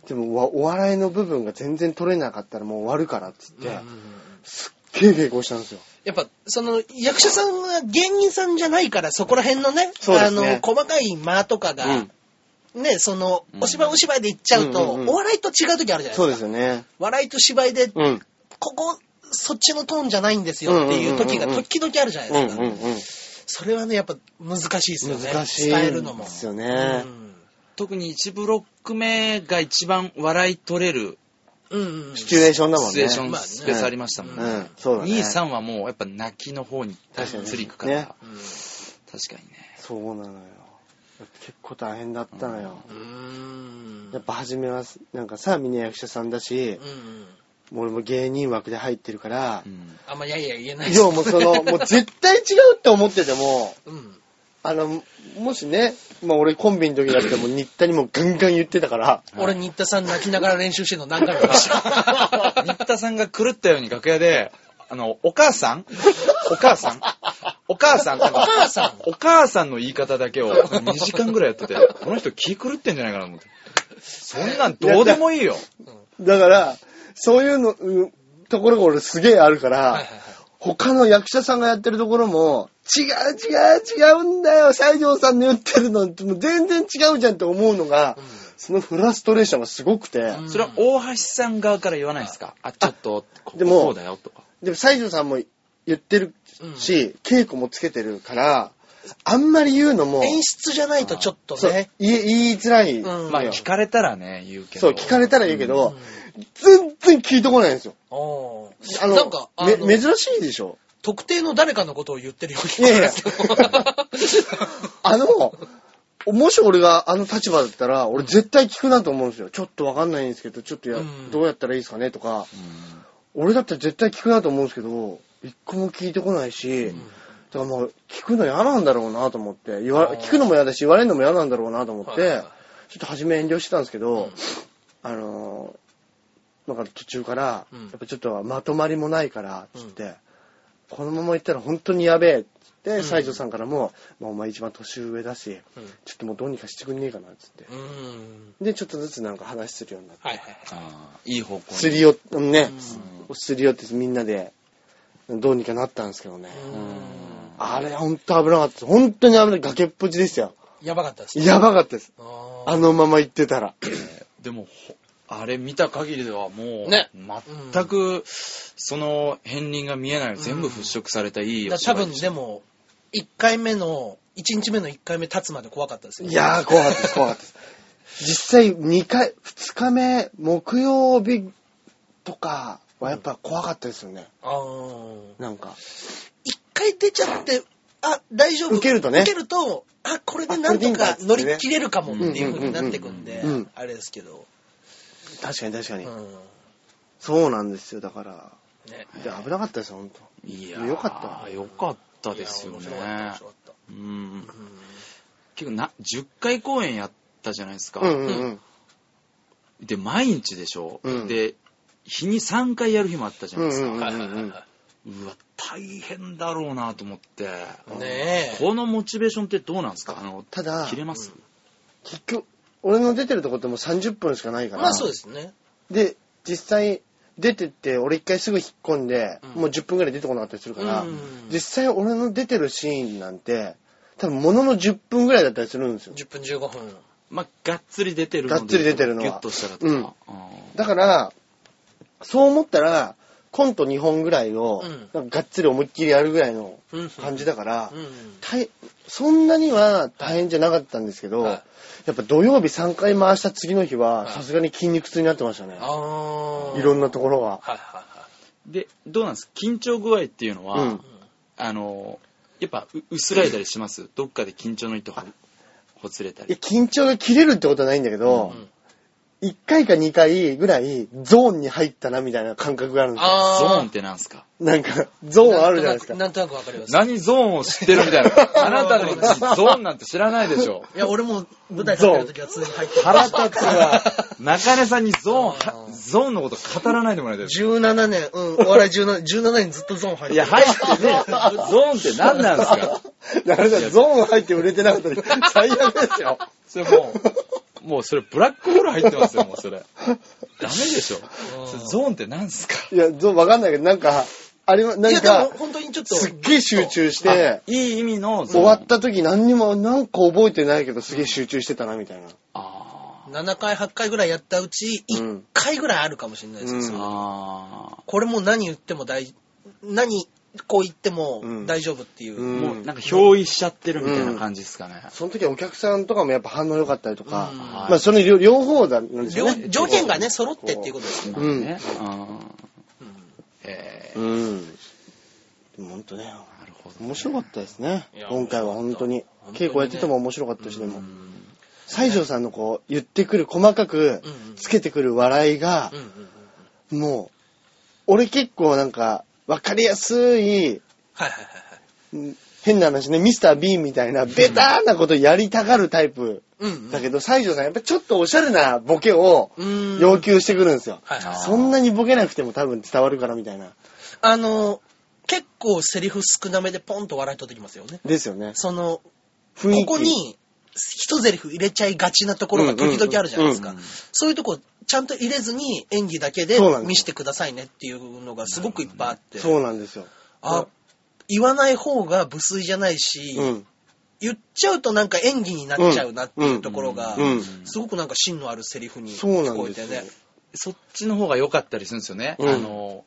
S3: でもうわお笑いの部分が全然取れなかったらもう終わるからっつっ
S2: うんうん
S3: て
S2: う、ん
S3: 稽稽古したんですよ。
S2: やっぱ、その、役者さんは芸人さんじゃないから、そこら辺のね、
S3: そうで
S2: あ
S3: す
S2: の、
S3: ね
S2: 細かい間とかが、ね、その
S4: う、ん
S2: お芝居お芝居で行っちゃうと、
S3: うんうんうん
S2: お笑いと違う時あるじゃないですか。
S3: そうですよね。
S2: 笑いと芝居で、こ
S3: うん。
S2: こ、そっちのトーンじゃないんですよっていう時が
S3: うんうんうんうん
S2: 時々あるじゃないうで
S3: ん
S2: す
S3: う
S2: か。
S3: んうん。
S2: それはね、やっぱ難しいですよね。
S3: 難しい
S2: 伝えるのも。
S3: ですよね
S4: 特に1ブロック目が一番笑い取れる
S2: うん。うんうん。
S3: シチュエーションだもんね。
S4: シチュエーション
S2: まあね
S4: スペースありましたもん
S2: ョン
S4: ね
S3: うん、そうだね。
S4: 23はもうやっぱ泣きの方に
S3: 確かに
S4: つりいくから
S2: うん
S4: 確かにね
S3: そうなのよ。結構大変だったのよ。
S2: うーん。
S3: やっぱ初めは、なんかさ、みんな役者さんだし
S2: う、んうん。
S3: もう俺も芸人枠で入ってるから
S4: う、ん
S2: あんまやいや言えない
S3: 要はもうそ の、もう絶対違うって思ってても、
S2: うん。
S3: あの、もしね、まあ俺コンビの時だってもう新田にもガンガン言ってたから、
S2: 俺、新田さん泣きながら練習してるの何回も見ました。
S4: 新田さんが狂ったように楽屋で、あの、お母さんお母さんお母さんお
S2: 母さん
S4: お母さんの言い方だけを2時間ぐらいやってて、この人気狂ってんじゃないかなと思って。そんなんどうでもいいよ。
S3: だから、そういうの、うんところが俺すげえあるか ら、
S2: はいはいはい
S3: 他の役者さんがやってるところも、違う違う違うんだよ、西条さんの言ってるのってもう全然違うじゃんって思うのが、そのフラストレーションがすごくて、
S2: うん
S4: それは大橋さん側から言わないですかあ、ちょっと、こ
S3: でも
S4: こうだよとか。
S3: でも西条さんも言ってるし、稽古もつけてるから、あんまり言うのも、
S2: 演出じゃないとちょっと
S3: そう
S2: ね。
S3: 言い言いづらい。
S2: うん
S4: まあ、聞かれたらね、言うけ
S3: そ
S4: ど。
S3: う、聞かれたら言うけ
S2: う
S3: ど
S2: ん、
S3: 全然聞いてこないんですよ。
S2: おー
S3: あの、
S2: なんか、あの
S3: め珍しいでしょ
S2: 特定の誰かのことを言ってるように。
S3: いやいやあの、もし俺があの立場だったら、俺絶対聞くなと思うんですよ。ちょっとわかんないんですけど、ちょっとや、
S2: うん
S3: どうやったらいいですかねとか、
S4: うん
S3: 俺だったら絶対聞くなと思うんですけど、一個も聞いてこないし、だからもう聞くの嫌なんだろうなと思って、言わ
S2: あー
S3: 聞くのも嫌だし、言われるのも嫌なんだろうなと思って、
S2: はい はいはい
S3: ちょっと初め遠慮してたんですけど、
S2: うん
S3: あのーなんか途中から、
S2: うん
S3: やっぱちょっとまとまりもないから、つって、このまま行ったら本当にやべえ、つって、
S2: ん
S3: 西条さんからも、まあお前一番年上だし、
S2: うん
S3: ちょっともうどうにかしてくんねえかな、つって。
S2: うん。
S3: で、ちょっとずつなんか話するようになって。
S2: はいはい。
S4: あーいい方向に。
S3: すり寄って、ね、
S4: う
S3: すり寄ってみんなで、どうにかなったんですけどね。
S2: うん
S3: あれ、ほんと危なかったです。本当に危ない。崖っぷちですよ。
S2: やばかったですね。
S3: やばかったです。
S2: あー
S3: あのまま行ってたら。
S4: でも、ほあれ見た限りではもう、
S2: ね
S4: 全く、その、片鱗が見えない、全部払拭されたいい
S2: だ
S4: お
S2: から多
S4: 芝居
S2: 分
S4: でした
S2: でも、 1回目の、1日目の1回目立つまで怖かったですよ。
S3: いやー、怖かったです、怖かったです。実際、2回、2日目、木曜日とかはやっぱ怖かったですよね。
S2: あー
S3: なんか。
S2: 一回出ちゃって、あ、大丈夫。
S3: 受けるとね
S2: 受けると、あ、これでなんとか
S3: あこれでいいんだ
S2: 乗
S3: っつってね
S2: り切れるかもっていう風になってくんで
S3: うんうんうんうんうん、
S2: あれですけど。
S3: 確かに確か
S2: う
S3: に。
S2: ん。
S3: そうなんですよ、だから。
S2: ね。
S3: で危なかったですよ、ほんと。
S4: い
S3: よかった
S4: よかったですよ
S2: いや面白かった面
S4: ね
S2: 白。かった
S4: うん
S2: う。ん
S4: 結構な、10回公演やったじゃないですか。
S3: うんうん
S4: で、毎日でしょ、
S3: うん
S4: で、日に3回やる日もあったじゃ
S3: う
S4: ない
S3: ん。
S4: ですか。う
S3: うんうんうん
S4: わ、大変だろうなと思って。
S2: ねえ。
S4: このモチベーションってどうなんですかあの、
S3: ただ
S4: 切、れます、
S3: 結局、俺の出てるとこってもう30分しかないから。
S2: まあそうですね。
S3: で、実際、出てって、俺一回すぐ引っ込んで、
S4: うん
S3: もう10分ぐらい出てこなかったりするから、
S2: うん
S3: 実際俺の出てるシーンなんて、多分ものの10分ぐらいだったりするんですよ。
S2: 10分15分。
S4: まあ、がっつり出てるので。
S3: がっつり出てるのは
S4: ギュッとしたらとか。
S3: うんだから、そう思ったら、コント2本ぐらいを
S2: うん、
S3: なんかがっつり思いっきりやるぐらいの
S2: うんうん
S3: 感じだから、
S2: うん。
S3: 大そんなには大変じゃなかったんですけど、
S2: はい
S3: やっぱ土曜日3回回した次の日は、
S2: はい
S3: さすがに筋肉痛になってましたね。
S2: ああ。
S3: いろんなところが。
S2: はいは
S4: で、どうなんですか緊張具合っていうのは、
S3: うん
S4: あの、やっぱ、う薄らいだりしますどっかで緊張の糸ほほつれた
S3: いや
S4: り。
S3: 緊張が切れるってことはないんだけ
S2: い
S3: ど
S2: はい。う、ん
S3: 1回か2回ぐらいゾーンに入ったなみたいな感覚があるんですよ。
S4: ゾーン
S2: あ
S4: ってなんですか
S3: あなんか、ゾーンあるじゃないですか。
S2: なんとなくわかります。
S4: 何ゾーンを知ってるみたい な。あなたのゾーンなんて知らないでしょ。
S2: いや、俺も舞台立ってる時は常に入ってる。
S4: 腹立つわ。中根さんにゾーンは、ゾーンのこと語らないでもらいたいです。
S2: 17年、 うん、お笑い17年、17年ずっとゾーン入ってる
S4: いや、入ってね、ゾーンって何なんですか
S3: だからさゾーン入って売れてなかっ たら最悪ですよ。
S4: それもう、もうそれブラックホール入ってますよ、もうそれ。ダメでしょ。それゾーンって何ですか
S3: いや、ゾーンわかんないけど、なんか、あれは、ないん
S2: や、でも
S3: か、
S2: 本当にちょっと、
S3: すっげえ集中して、
S4: いい意味のゾー
S3: 終
S4: ン。
S3: わった時何にも、なんか覚えてないけど、すげえ集中してたなみたいな。
S4: あ
S2: 7回、8回ぐらいやったうち、
S3: うん
S2: 1回ぐらいあるかもしれないですね
S3: うん
S2: そ
S4: ー
S2: の
S4: あ
S2: これもう何言っても大、何こう言っても
S3: うん
S2: 大丈夫っていう。
S4: ー。
S3: うん
S4: もうなんか憑依しちゃってるみたいな感じですかね。
S3: その時はお客さんとかもやっぱ反応良かったりとか
S2: うん、
S3: まあその両両方なんですよ
S2: 両
S3: ね。
S2: 条件がね、揃ってっていうことですね。
S4: まあね。うんえー
S3: うん。でもほんとね、
S4: なるほど。
S3: 面白かったですね
S2: いや。
S3: 今回は本当に
S2: 本当に。ね
S3: 稽古やってても面白かったし、でも
S4: う。ん
S3: 西条さんのこう、言ってくる、細かく
S2: うんうん
S3: つけてくる笑いが
S2: う、んうんうん
S3: もう、俺結構なんか、わかりや
S2: はいは
S3: すい、
S2: いはいはい。
S3: うん変な話ね、ミスター・ビーンみたいな、ベターなことやりたがるタイプ
S2: うんうん。
S3: だけど、西条さんやっぱちょっとおしゃれなボケを
S2: うん
S3: 要求してくるんですよ。
S2: はいはい
S3: そんなにボケなくても多分伝わるからみたいな。
S2: あの、結構セリフ少なめでポンと笑い取ってきますよね。
S3: ですよね。
S2: その、
S3: 雰囲気。
S2: ここに、一セリフ入れちゃいがちなところが時々あるじゃないですか。そういうとこ、ちゃんと入れずに演技だけで
S3: そうなんです
S2: 見せてくださいねっていうのがすごくいっぱいあって。
S3: そうなんですよ。
S2: あ、言わない方が無粋じゃないし、
S3: うん。
S2: 言っちゃうとなんか演技になっちゃうなっていうところが、
S3: うん。
S2: すごくなんか芯のあるセリフに
S3: そう
S2: 聞
S3: なん
S2: こえ
S3: です
S2: て
S3: よ
S2: ね。
S4: そっちの方が良かったりするんですよね。
S3: うん
S4: あの、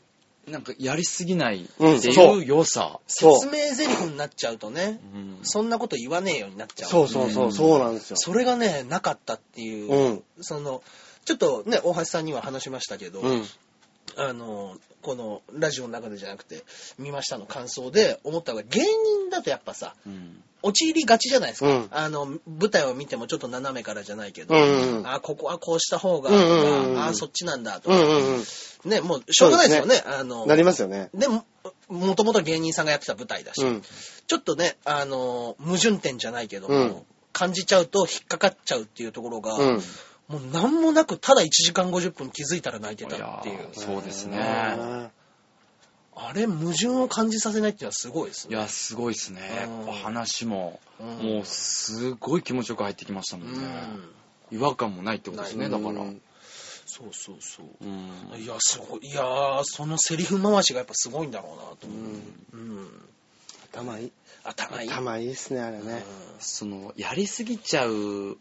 S4: なんかやりすぎないって
S3: うん
S4: い
S3: そう
S4: 良さ。
S3: そう
S2: 説明セリフになっちゃうとね、
S4: うん
S2: そんなこと言わねえようになっちゃう。
S3: そうそうそう、そうなんですよ。
S2: それがね、なかったっていう、
S3: うん
S2: その、ちょっとね、大橋さんには話しましたけど、
S3: うん。
S2: あの、このラジオの中でじゃなくて、見ましたの感想で思ったのが、芸人だとやっぱさ、
S4: うん
S2: 陥りがちじゃないですか。
S3: うん
S2: あの、舞台を見てもちょっと斜めからじゃないけど、
S3: うんうん
S2: あ、ここはこうした方が、
S3: うんうんうん
S2: ああ、そっちなんだと
S3: う
S2: か、
S3: んうんうん。
S2: ね、もうしょうがないですよね。
S3: そうで
S2: あの、
S3: なりますよね。
S2: でも、もともと芸人さんがやってた舞台だし、
S3: うん。
S2: ちょっとね、あの、矛盾点じゃないけども、
S3: うん
S2: 感じちゃうと引っかかっちゃうっていうところが、
S3: うん。
S2: もう何もなく、ただ1時間50分気づいたら泣いて
S4: いや
S2: たっていう
S4: ー。そうですね。
S2: あれ、矛盾を感じさせないっていうのはすごいです
S4: い
S2: ね。
S4: や、すごいですね。やっぱ話も、
S2: うん
S4: もうすごい気持ちよく入ってきましたも
S2: うん
S4: ね。
S2: ん。
S4: 違和感もないってことですね、だから。
S3: うん
S2: そうそうそう。
S4: うん
S2: いや、すごい。いやー、そのセリフ回しがやっぱすごいんだろうなと思う。うん。
S3: 頭いい。
S2: 頭いい。
S3: 頭いいっすね、あれね。
S4: その、やりすぎちゃう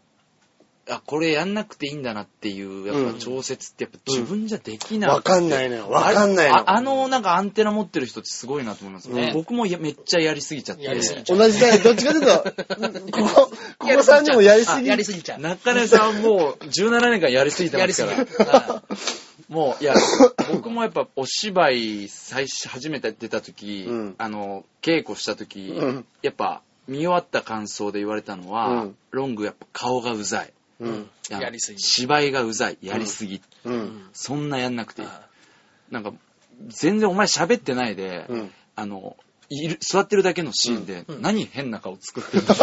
S4: あ、これやんなくていいんだなっていう、やっ
S3: うん
S4: ぱ調節ってやっぱ自分じゃできない。
S3: わかんないのよ。わかんない
S4: あれああ
S3: の。
S4: の、なんかアンテナ持ってる人ってすごいなと思いますね。
S3: うん
S4: 僕もやめっちゃやりすぎちゃって。
S2: やりすぎち
S3: 同じだよ。どっちかというと、 ここ、ここさんでもやりすぎ
S2: やりすぎちゃう。
S4: 中根さんもう17年間やりすぎて
S2: や
S4: ま
S2: り
S4: す
S2: す
S4: か
S2: ぎ
S4: ら。
S2: る。あ
S4: もう、いや、僕もやっぱお芝居最初、初めて出た時、
S3: うん
S4: あの、稽古した時、
S3: うん
S4: やっぱ見終わった感想で言われたのは、
S3: うん
S4: ロングやっぱ顔がうざい。
S3: うん。
S4: あの
S2: やりすぎ
S4: 芝居がうざい。やりすぎ。
S3: うん。
S4: そんなやんなくていい。
S2: あ
S4: なんか、全然お前喋ってないで、
S3: うん。
S4: あの、いる、座ってるだけのシーンで、
S2: ん
S4: 何変な顔作ってるの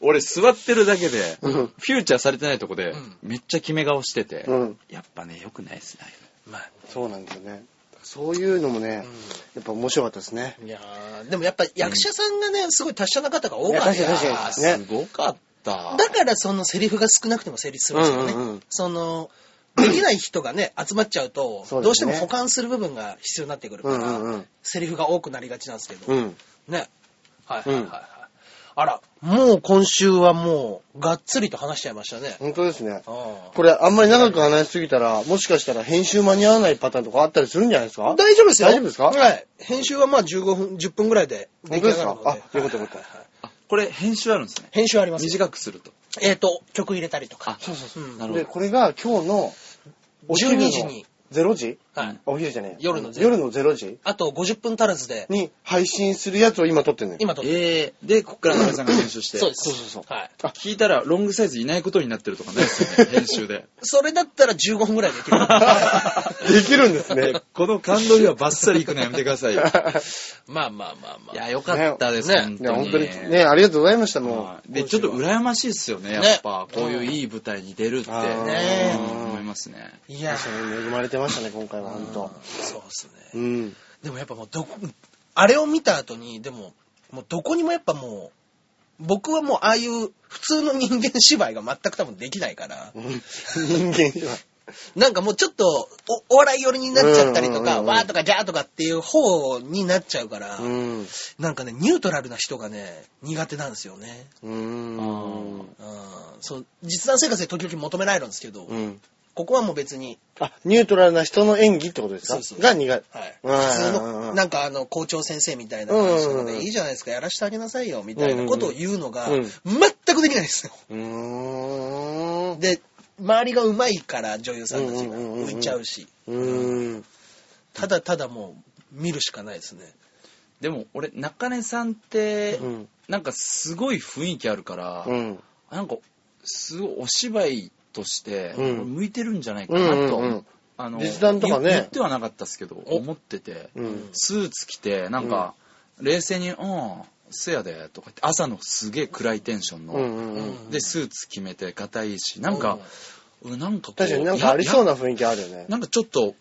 S4: 俺座ってるだけで、フ
S3: うん
S4: ューチャーされてないとこで、
S2: ん
S4: めっちゃ決め顔してて、
S3: うん
S4: やっぱね、良くないですね。
S2: まあ、
S3: そうなんですよね。そういうのもね、やっぱ面白かったですね。
S2: いやーでもやっぱ役者さんがね、すごい達者な方が多
S3: いや
S2: かっ
S3: 確かに
S2: た。
S3: 確かに。ね。
S4: すごかった。
S2: だからそのセリフが少なくても成立するんですよね。
S3: うんうんうん
S2: その、できない人がね、 集まっちゃうと、
S3: そうですね
S2: どうしても保管する部分が必要になってくるから、
S3: うんうんうん
S2: セリフが多くなりがちなんですけど、
S3: うん。
S2: ね。はいはいはい、はい
S3: うん
S2: あら、もう今週はもう、がっつりと話しちゃいましたね。
S3: 本当ですね。
S2: あ
S3: これあんまり長く話しすぎたら、もしかしたら編集間に合わないパターンとかあったりするんじゃないです
S2: あ
S3: か
S2: 大丈夫ですよ。
S3: 大丈夫ですか
S2: はい。編集はまあ15分、10分ぐらいで出来上がるので。
S3: 本当ですかあよかったよかった
S2: はいはいはい
S4: あこれ編集あるんですね。
S2: 編集ありますよ。
S4: 短くすると。
S2: えっ、と、曲入れたりとか。
S4: そう
S2: そうそう
S4: なるほ
S3: で、
S4: ど。
S3: これが今日の、お昼の
S2: 12時に。
S3: 0時
S2: はい。
S3: お昼じゃねえ。
S2: 夜の0時
S3: 夜の0時
S2: あと50分足らずで、
S3: に配信するやつを今撮ってんのよ。
S2: 今撮って
S4: えー、で、こっから中井さんが編集して。
S2: そうです。
S3: そうそう
S2: はい。
S4: 聞いたら、ロングサイズいないことになってると かないですよね、編集で。
S2: それだったら15分ぐらいで きる。
S3: できるんです ね。
S4: この感動にはバッサリ行くのやめてくだ さいよ。
S2: まあまあまあま
S4: いや、よかったです、
S2: ね
S4: 本
S3: ね、
S4: 当
S3: 本
S4: に。
S3: 当に。ね、ありがとうございました、も
S4: はいで、ちょっと羨ましいですよね、やっぱ。こういういい舞台に出るって、
S3: あー。
S2: ね
S4: うん思いますね。
S2: あ。いうや、
S3: 確かに恵まれてましたね、今回は、本当。
S2: そうですね。
S3: うん。
S2: でもやっぱもうどこ、あれを見た後に、でも、もうどこにもやっぱもう、僕はもうああいう普通の人間芝居が全く多分できないから、
S3: 人間では。
S2: なんかもうちょっとおお笑い寄りになっちゃったりと
S3: うんうんうん
S2: か、
S3: うん
S2: わーとかギャーとかっていう方になっちゃうから、
S3: うん。
S2: なんかね、ニュートラルな人がね、苦手なんですよね。
S3: うん。
S2: うんそう、実弾生活で時々求められるんですけど、
S3: うん。
S2: ここはもう別に、
S3: あ、ニュートラルな人の演技ってことですか
S2: そうそう
S3: が苦い。
S2: はい、
S3: うん
S2: 普通
S3: うんう
S2: の、
S3: ん
S2: なんかあの、校長先生みたいな感じなの
S3: うんうんうん
S2: で、いいじゃないですか、やらしてあげなさいよ、みたいなことを言うのが、
S3: うんうん
S2: 全くできないですよ。
S3: うーん。
S2: で、周りが上手いから、女優さんたちが
S3: うんうんうんうん
S2: 浮いちゃうし、
S3: うーん。
S2: ただただもう、見るしかないですね。
S4: でも、俺、中根さんって、
S3: うん。
S4: なんかすごい雰囲気あるから、
S3: うん。
S4: なんか、すごいお芝居として、
S3: うん
S4: 俺向いてるんじゃないかな
S3: うん
S4: と、
S3: うんうん
S4: あの
S3: 実弾とかね
S4: 言言ってはなかったですけど、思ってて、
S3: うん
S4: スーツ着て、なんか、冷静に、うん、せやで、とか言って、朝のすげえ暗いテンションの、
S3: うんうんうん。
S4: で、スーツ決めて、硬いいし、なんか、うんなんかこう
S3: 確かになんかありそうな
S4: や
S3: 雰囲気あるよね
S4: や。なんかちょっと、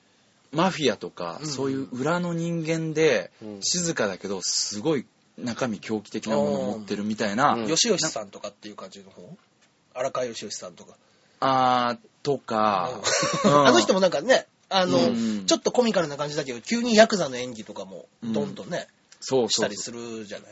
S4: マフィアとか、そういう裏の人間で、
S3: うん
S4: 静かだけど、すごい中身狂気的なものを持ってるみたいな、
S3: うん
S2: 吉吉さんとかっていう感じの方荒川吉吉さんとか。
S4: あーとか、う ん
S2: あの人もなんかね、あの、
S4: うん
S2: ちょっとコミカルな感じだけど、急にヤクザの演技とかも、どんとね、
S4: そう
S2: し
S4: そ
S2: た
S4: う
S2: り
S4: そ
S2: す
S4: う
S2: るじゃない。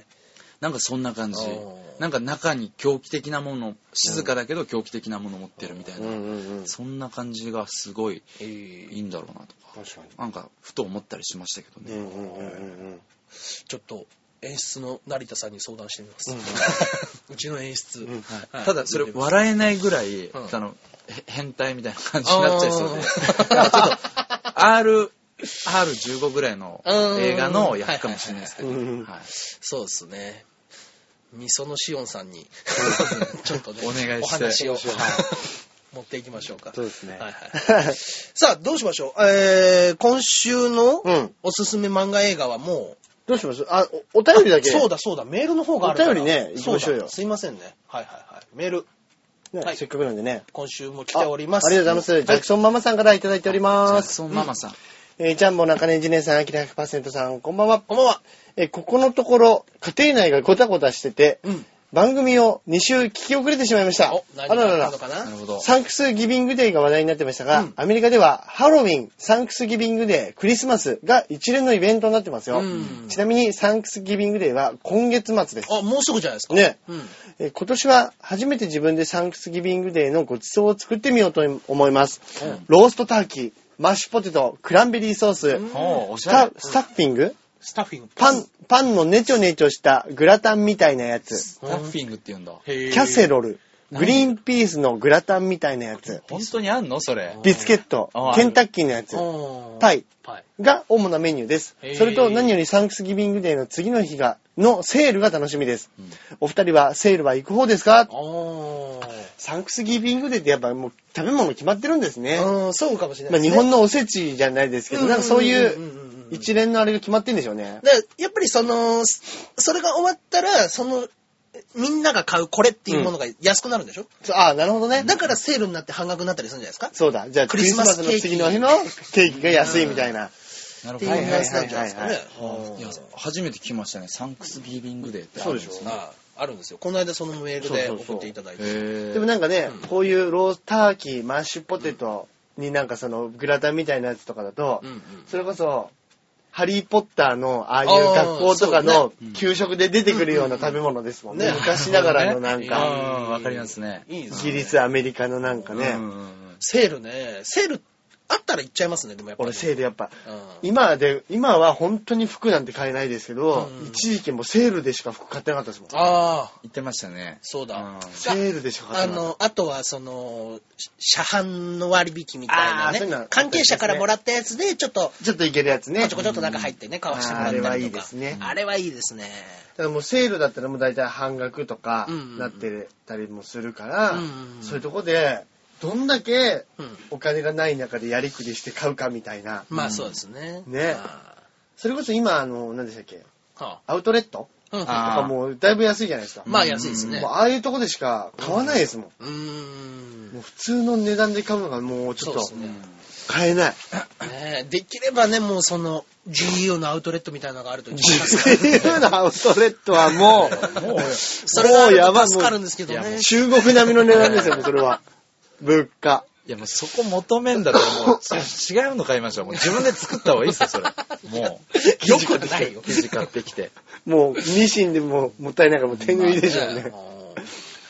S4: なんかそんな感じ
S2: あー
S4: なんか中に狂気的なもの静かだけど狂気的なもの持ってるみたい
S3: うん
S4: な、
S3: うんうん。
S4: そんな感じがすごい
S2: え
S4: いいんだろうなとか
S3: 確かに。
S4: なんかふと思ったりしましたけど
S3: う
S4: ね、
S3: んうんうんうん
S2: ちょっと演出の成田さんに相談してみます。 うちの演出。
S3: ん
S2: はい
S4: ただそれ笑えないぐらい、
S2: ん
S4: あのへ変態みたいな感じになっちゃいそう でだか
S2: あ
S4: らちょ っと R R15 ぐらいの映画の役かもしれないですけど、
S3: う
S4: はい
S3: ん
S2: そうですね。みそのしおんさん に、ちょっとね、
S4: お願いして
S2: 話を
S4: お願いしま
S2: 持っていきましょうか。
S3: そうですね
S2: はいはい、さあ、どうしましょう。えー、今週の
S3: うん
S2: おすすめ漫画映画はも
S3: どうしますあ、おお便りだ
S2: う、
S3: け。
S2: そうだそうだ、メールの方があるから。
S3: お便りね行きましょうよ
S2: そだすいませんね。はいはいはい。メール、
S3: ね
S2: はい
S3: せっかくなんでね。
S2: 今週も来ております。
S3: あありがとうございます。ジャクソンママさんからいただいており
S4: ジャ
S3: ま
S4: ク
S3: す。
S4: ソンママさん、
S3: えー、ジャンボ中根ジネさん、アキラ100%さん、こんばんは。
S2: こんばんは。
S3: えーここのところ、家庭内がごたごたしてて、
S2: うん
S3: 番組を2週聞き遅れてしまいました。
S2: お、
S3: あ
S2: 何
S3: らら
S2: があ
S3: ら
S2: るの。かな
S4: なるほど。
S3: サンクスギビングデーが話題になってましたが、
S2: うん
S3: アメリカではハロウィン、サンクスギビングデー、クリスマスが一連のイベントになってますよ。
S2: うん
S3: ちなみにサンクスギビングデーは今月末です。
S2: あ、もうすぐじゃないですか。
S3: ね
S2: うん。
S3: えー今年は初めて自分でサンクスギビングデーのごちそうを作ってみようと思います。ローストターキー、マッシュポテト、クランベリーソース、
S2: ん
S4: おーおし
S3: ス
S4: ゃ
S3: タ
S4: れ。
S3: スタッフィング
S2: スタッフィング。
S3: パン、パンのネチョネチョしたグラタンみたいなやつ。
S4: タッフィングって言うんだ。
S2: キ
S3: キャセ
S2: ロ。
S3: ロル、グリーンピースのグラタンみたいなやつ。
S4: 本当にあんのそれ。
S3: ビスケット
S4: あ、
S3: ケンタッキーのやつ。パ
S2: イ。
S3: イ
S2: パイ。
S3: が主なメニューです
S2: へー。
S3: それと何よりサンクスギビングデーの次の日が、のセールが楽しみです。お二人はセールは行く方ですか
S2: お
S3: サンクスギビングデーってやっぱもう食べ物決まってるんですね。
S2: うん、そうかもしれな
S3: ま
S2: い
S3: あ
S2: です
S3: 日
S2: ね。
S3: 本のおせちじゃないですけど、なんかそうい
S2: んん
S3: う
S2: んん
S3: ん一連のあれが決まってんでしょうね。
S2: だからやっぱりその、すそれが終わったら、その、みんなが買うこれっていうものが安くなるんでしょ、
S3: そうああ、なるほどね。
S2: だからセールになって半額になったりするんじゃないですか
S3: そうだ。じゃあ
S2: ク
S3: ク
S2: リ
S3: リ
S2: ス
S3: ス
S2: マ
S3: マ
S2: ス
S3: ス
S2: ケ
S3: の
S2: ーキ
S3: 次の日のケーキが安いみたいな。
S4: なる
S2: って
S4: ほ
S2: いうニ
S4: ど。はい
S2: ュ
S4: は
S2: ア
S4: い
S2: ンスなんじゃないですか
S3: はい
S2: ね
S3: は。
S2: うん
S4: いや初めて聞きましたね。サンクスギビングデーってあるんですね。
S2: ああるんですよ。この間そのメールで送っていただいて。
S4: へ
S3: でもなんかね
S2: うん、
S3: こういうロースターキー、マッシュポテトになんかそのグラタンみたいなやつとかだと
S2: うん、うん
S3: それこそ、ハリー・ポッターのああいう
S2: あー
S3: 学校と
S2: そ
S3: か
S2: う
S3: の給食で出てくるような食べ物ですもんね。
S2: ね
S3: 昔ながらのなん
S2: ね
S3: か、
S4: うん、わかりますね。
S2: いいです
S3: イギ
S2: ね
S3: リス、アメリカのなんかね
S4: うん。うんうん
S2: セールね。セール、あったら行っちゃいますね、でもやっぱり。
S3: 俺セールやっぱ、
S2: うん
S3: 今で、今は本当に服なんて買えないですけど
S2: う、ん
S3: 一時期もうセールでしか服買ってなかったですもん。
S2: ああ、
S4: 言ってましたね。
S2: そうだ。
S4: うん
S3: セールでしか買
S2: あ
S3: ってなかっ
S2: の、あとは、その、車販の割引みたいな
S3: あーそういうのは
S2: ね。関係者からもらったやつで、ちょっと、
S3: た。ちょっといけるやつね。
S2: ちょこちょっと中入ってね、買わしてもらったりとか。
S3: あーあれはいいですね
S2: あれはいいですね。
S3: ただもうセールだったらもう大体半額とか
S2: うんうんうん
S3: なってたりもするから、
S2: うんうんうん
S3: そういうとこでどんだけ
S2: うん
S3: お金がない中でやりくりして買うかみたいな
S2: まあそうですね。
S3: ね
S2: あ
S3: それこそ今あの何でしたっけ
S2: ーは
S3: アウトレット
S2: あうん
S3: と
S4: あ
S3: かもうだいぶ安いじゃないですか、
S2: まあ安いですね
S3: もう。ああいうとこでしか買わないですもん、
S2: うーん。
S3: も
S2: ね
S3: う普通の値段で買うのがもうちょっと
S2: そうですね
S3: 買えない、
S2: えできればね、もうその GU のアウトレットみたいなのがあ ると一番助かる
S3: 自由なアウトレットはもう
S4: もう、
S2: それが
S3: もうや
S2: ある
S3: ばい
S2: と助かるんですけど
S4: もうい
S2: ね。
S3: 中国並みの値段ですよもうそれは物価
S4: いやもうそこ求めんだったらもう、ち違うの買いましょう。もう自分で作った方がいいですよ、それ。もう。
S2: よくはないよ
S4: 生地買ってきて。
S3: もうニシンでももったいないからもう手縫いでしょうね
S2: ね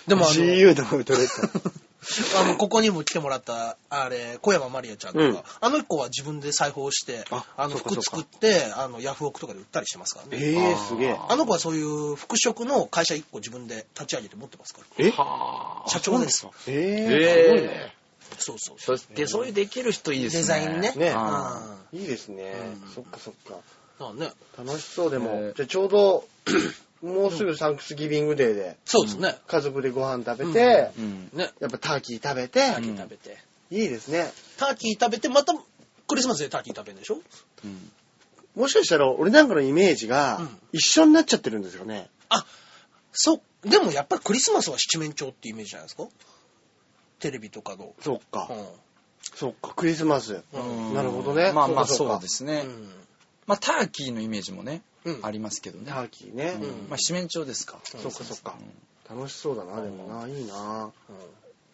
S2: でもあの、
S3: GU のアウトレット。
S2: あの、ここにも来てもらった、あれ、小山まりやちゃんとか、
S3: うん
S2: あの子は自分で裁縫して、あ
S3: あ
S2: の、
S3: そうかそ
S2: 服作
S3: うか
S2: って、あの、ヤフオクとかで売ったりしてますからね。
S3: ええすげえ。
S2: あの子はそういう服飾の会社1個自分で立ち上げて持ってますか
S3: え
S4: は
S2: ら。社長です。
S3: え
S4: え
S3: すごい
S4: え
S2: そうそうそう。
S4: そして、そういうできる人いいですね。
S2: デザインね。
S3: ね
S2: うん
S4: あ
S3: ね。いいですね
S2: うん。
S3: そっかそっか。
S2: そうね。
S3: 楽しそうで
S4: え
S3: も
S4: え。
S3: じゃあちょうど、 もうすぐサンクスギビングデーで、
S2: そうですね。
S3: 家族でご飯食べて、
S4: うん。
S2: ね。
S3: やっぱターキー食べて
S2: タ、ーキー食べて。
S3: いいですね。
S2: ターキー食べて、またクリスマスでターキー食べるんでしょ
S4: うん
S3: もしかしたら俺なんかのイメージが
S2: うん
S3: 一緒になっちゃってるんですよね。
S2: そう。でもやっぱりクリスマスは七面鳥ってイメージじゃないですかテレビとかの。
S3: そっか
S2: うん。
S3: そっか、クリスマス。
S2: うん
S3: なるほどね
S4: まあまあ
S3: そうかそうか
S4: そうですね。まあターキーのイメージもね、
S2: うん。うん
S4: ありますけどね
S3: タ。ーキーね
S4: う。
S2: ん
S4: んまあ四面鳥ですか。
S2: そ
S3: そっかそっか。楽しそうだな、でもな。いいな。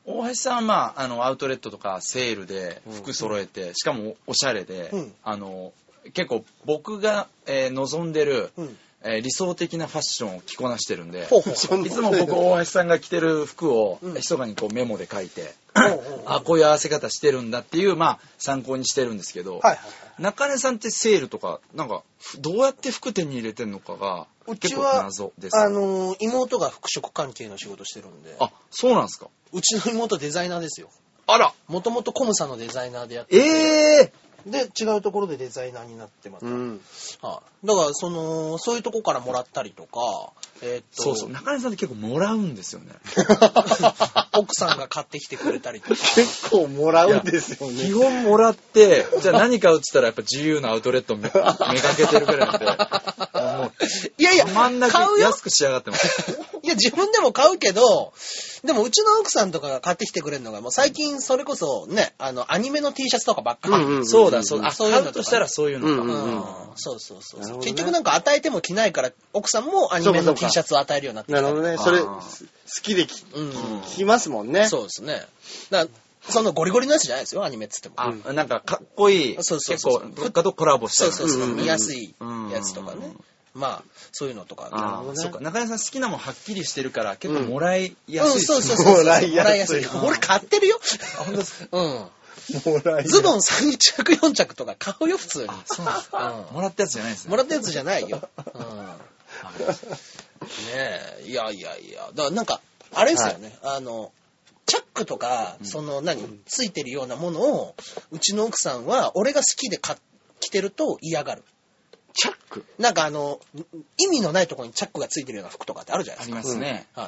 S4: 大橋さんはまあ、あの、アウトレットとかセールで
S3: うん
S4: 服揃えて、しかもおしゃれで
S2: うん、
S4: あの、結構僕がえー望んでる
S2: うん、
S4: えー理想的なファッションを着こなしてるんで、
S2: ほうほう
S3: そん
S4: い
S3: な
S4: つも 僕、大橋さんが着てる服を、
S2: うん
S4: 密かにこうメモで書いて、
S2: ほうほう
S4: あ、こういう合わせ方してるんだっていう、まあ、参考にしてるんですけど、
S2: はいはいはい。
S4: 中根さんってセールとか、なんか、ふどうやって服手に入れてんのかが、
S2: うち
S4: 結構
S2: は
S4: 謎です。
S2: あのー、妹が服飾関係の仕事してるんで、
S4: あ、そうなんですか。
S2: うちの妹デザイナーですよ。
S4: あら
S2: もともとコムサのデザイナーでやってて、
S4: ええ
S2: で、違うところでデザイナーになってます。
S3: うん。
S2: はいだから、その、そういうとこからもらったりとか、えーっと、
S4: そうそう、中根さんって結構もらうんですよね。
S2: 奥さんが買ってきてくれたりとか。
S3: 結構もらうんですよ
S4: 基
S3: ね。
S4: 本もらって、じゃあ何買うっつったらやっぱ自由なアウトレットめ めがけてるぐらいなんで、もう
S2: いやいや、
S4: たまんな
S2: 買う
S4: く
S2: よ。
S4: 安く仕上がってます。
S2: いや、自分でも買うけど、でもうちの奥さんとかが買ってきてくれるのが、もう最近それこそね、あの、アニメの T シャツとかばっかり。
S3: うんうん
S4: そうだ、そうだ。あ、
S2: そういう
S4: 買
S2: のとかね
S4: うとしたらそういう
S3: う
S4: の
S3: ん
S4: か。
S3: うんうん
S2: うんそうそうそう
S3: な
S2: そ
S3: る
S2: う、
S3: ほどね
S2: 結局なんか与えても着ないから、奥さんもアニメ
S3: そ
S2: の
S3: うかそうか
S2: T シャツを与えるようになってき
S3: な
S2: た
S3: るほどね。それ、
S4: あ
S3: 好
S4: ー
S3: きでき
S2: うん、
S3: 聞きますもんね。
S2: そうですね。だからそのゴリゴリのやつじゃないですよ、アニメっつっても。
S4: あ、なんかかっこいい。
S2: そうそう
S4: 結
S2: そう
S4: 構、どっかとコラボした
S2: そ
S4: よ
S2: うそうそ
S4: うな
S2: う、
S3: うんうん
S2: 見やすいやつとかね。まあ、そういうのとか。
S4: あ
S3: ほど
S4: あ、
S3: ね
S4: そうか。中根さん好きなもんはっきりしてるから、結構もらいや
S2: うん、
S4: すい
S2: そう
S4: っすね
S2: そうそうそう。
S3: もらいやすい
S2: 俺買って るよ。
S4: 本当です
S2: うん。
S3: もらい
S2: ズボン3着4着とか買うよ、普通に。
S4: あ、そうなんですか
S2: うん
S4: もらったやつじゃないですね。
S2: もらったやつじゃない よ。うん。ねえ、いやいやいや。だからなんか、あれですよね。あの、チャックとか、その何、ついてるようなものを、うちの奥さんは、俺が好きで買っ着てると嫌がる。
S3: チャック。
S2: なんかあの、意味のないところにチャックがついてるような服とかってあるじゃない
S4: あ
S2: ですか。
S4: りますね。
S2: はい。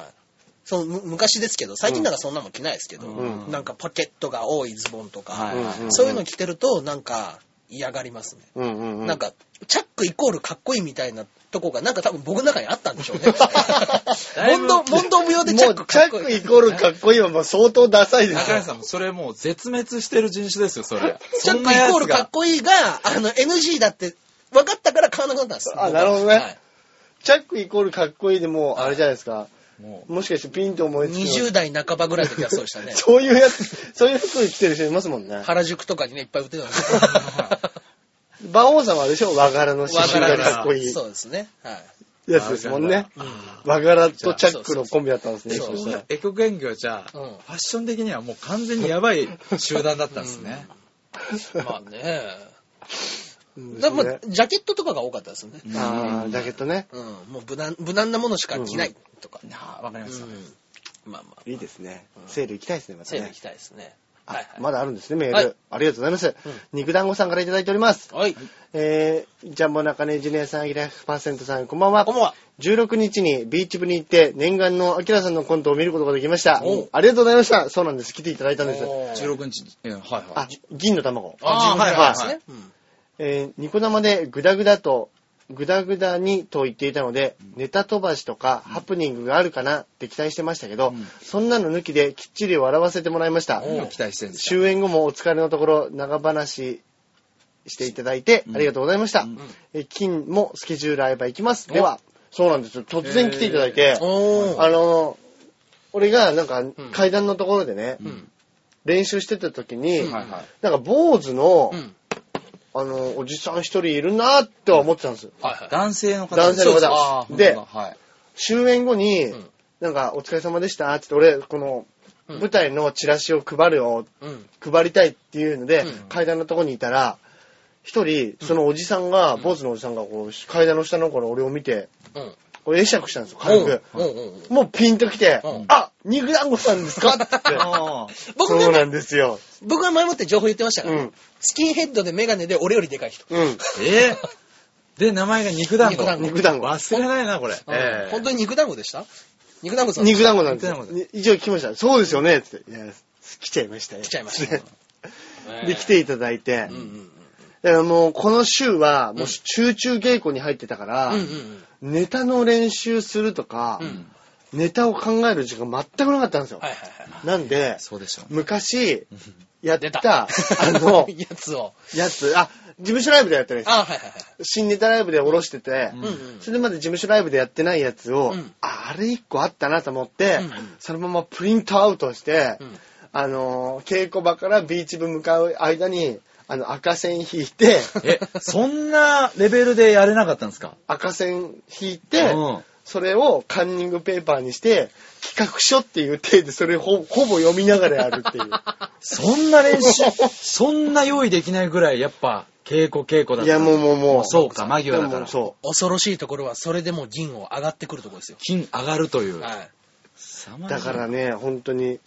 S2: そのむ昔ですけど、最近なんかそんなの着ないですけど、
S4: うん
S2: なんかポケットが多いズボンとか、
S4: はい
S3: うんうんうん
S2: そういうの着てると、なんか嫌がりますね。
S3: うんうんうん。
S2: なんか、チャックイコールかっこいいみたいなとこが、なんか多分僕の中にあったんでしょうね。
S4: だいぶ
S2: 問答、問答無用でチ
S3: も
S2: ャッ
S3: う、
S2: ク
S3: チ
S2: か
S3: ャ
S2: っこ
S3: ッ
S2: いい。
S3: クイコールかっこいいはもう相当ダサいです
S4: 中根
S3: よ。
S4: さんもそれもう絶滅してる人種ですよ、それ。
S2: チャ
S4: そ
S2: ック
S4: んな
S2: イ
S4: や
S2: コール
S4: つ
S2: かっ
S4: が。
S2: こいいが、あの、NG だって分かったから買わなくなったんです。
S3: あなるほどね
S2: はい
S3: チャックイコールかっこいいでもう、あれじゃないですか。
S4: も
S3: もしかしてピンと思いつく。。
S2: 20代半ばぐらいの時はそうで したね
S3: そういうやつ、そういう服着てる人いますもんね。
S2: 原宿とかにね、いっぱい売ってたん です
S3: 馬王様でしょ和柄の刺
S2: わ
S3: 繍
S2: から
S3: が
S2: な
S3: かっこいい
S2: そうですね。はい。
S3: やつですもんね。和柄とチャックのコンビだったんですね。
S2: そう
S4: う
S2: そ
S4: こ
S2: うん
S3: し
S4: な。エコ言業じゃ、フ
S2: うん
S4: ァッション的にはもう完全にやばい集団だったんですね。
S2: まあね。だ
S3: たら
S2: か
S3: う
S2: らまあ
S3: ん
S2: ジャケットとかが多かったですね。
S4: うん
S3: ああ、ジャケットね。
S2: うん。もう無難、無難なものしか着ないとか。
S4: なあわかりました。
S2: うん。まあまあ。
S3: いいですね。セール行きたいですね、また
S2: セール
S3: ね
S2: 行き。たいですね。
S3: あ
S2: はいはい。
S3: まだあるんですね、メール。
S2: はい
S3: ありがとうございます。肉団子さんからいただいております。
S2: はい。
S3: えー、ジャンボ中根ジュニアさん、アキラ100%さん、こんばんは。
S2: こんばんは。
S3: 16日にビーチ部に行って、念願のアキラさんのコントを見ることができました
S2: おう。
S3: ありがとうございました。そうなんです。来ていただいたんです。
S4: 16日、うんはいは
S3: あ、銀の卵。
S4: あーはいはいはい
S2: ですね。うん
S3: えーニコ生でグダグダと、グダグダにと言っていたので、ネタ飛ばしとかハプニングがあるかなって期待してましたけど、
S4: うん
S3: そんなの抜きできっちり笑わせてもらいました
S4: い。。何を期待してるんですか
S3: 終演後もお疲れのところ長話していただいて
S4: うん
S3: ありがとうございました。
S4: うん
S3: え金もスケジュール合えば行きます。では、そうなんですよ。突然来ていただいて、
S2: おー。
S3: あの、俺がなんか階段のところでね、
S2: うん。
S3: 練習してた時に、
S4: はいはい。
S3: なんか坊主の、
S2: うん。
S3: あの、おじさん一人いるなって思ってたんですよ。
S2: はいはい。
S4: 男性の方
S3: 男性の方
S4: あー
S3: で
S4: 本当だはい。
S3: 終演後に、
S2: ん
S3: なんか、お疲れ様でしたって言って、俺、こ
S2: う
S3: の、
S2: ん
S3: 舞台のチラシを配るよ、
S2: うん。
S3: 配りたいっていうので、
S2: うん
S3: 階段のとこにいたら、一人、そのおじさんが、坊主のおじさんがこう、階段の下の頃俺を見て、
S2: うん。
S3: これ会釈したんですよ、軽く。
S2: うんうんうんうん
S3: もうピンと来て、
S2: うん
S3: あ肉団子さんですかって。
S4: あー
S2: 僕
S3: そ
S2: が
S3: うな
S2: ね、
S3: んですよ。
S2: 僕が前もって情報言ってましたか
S3: う
S2: ら
S3: ん。
S2: スキンヘッドでメガネで俺よりでかい人。
S3: うん。
S4: えーで、名前が肉団子
S2: 肉。団子
S3: 肉団子。
S4: 忘れないな、これ。ええ
S2: 本当に肉団子でした肉団子さん。
S3: 肉団子なんです
S4: 肉
S3: よ
S4: 団子で。
S3: 一応来ました。そうですよねって言って。いや、来ちゃいましたよ。
S2: 来ちゃいました。
S3: で、来ていただいて
S2: う、んうん
S3: だからもうこの週はもう集中稽古に入ってたから、
S2: うん。うんうん
S3: ネタの練習するとか、
S2: うん
S3: ネタを考える時間全くなかったんですよ。
S2: はいはいはい。
S3: なんで、
S4: そうでしょう。
S3: 昔やった
S2: 出た
S3: あの
S2: やつを。
S3: やつ、あ、事務所ライブでやったんです。
S2: あ、はいはいはい。
S3: 新ネタライブで下ろしてて、
S2: うんうん
S3: それまで事務所ライブでやってないやつを、
S2: うん
S3: ああれ一個あったなと思って、
S2: うんうん
S3: そのままプリントアウトして、
S2: うん
S3: あのー稽古場からビーチ部向かう間に、あの、赤線引 いて、
S4: え、そんなレベルでやれなかったんですか
S3: 赤線引いて、
S4: うん
S3: それをカンニングペーパーにして、企画書っていう体でそれをほ ほぼ読みながらやるっていう。
S4: そんな練習、そんな用意できないぐらい、やっぱ、稽古稽古だった。
S3: いや、もうもうもう。
S4: そうか、間際だ
S3: で
S4: か
S3: も
S4: ら。
S3: そ
S2: 恐ろしいところは、それでも銀を上がってくるところですよ。
S4: 金上がるという。
S2: はい。
S3: う。だからね、本当に、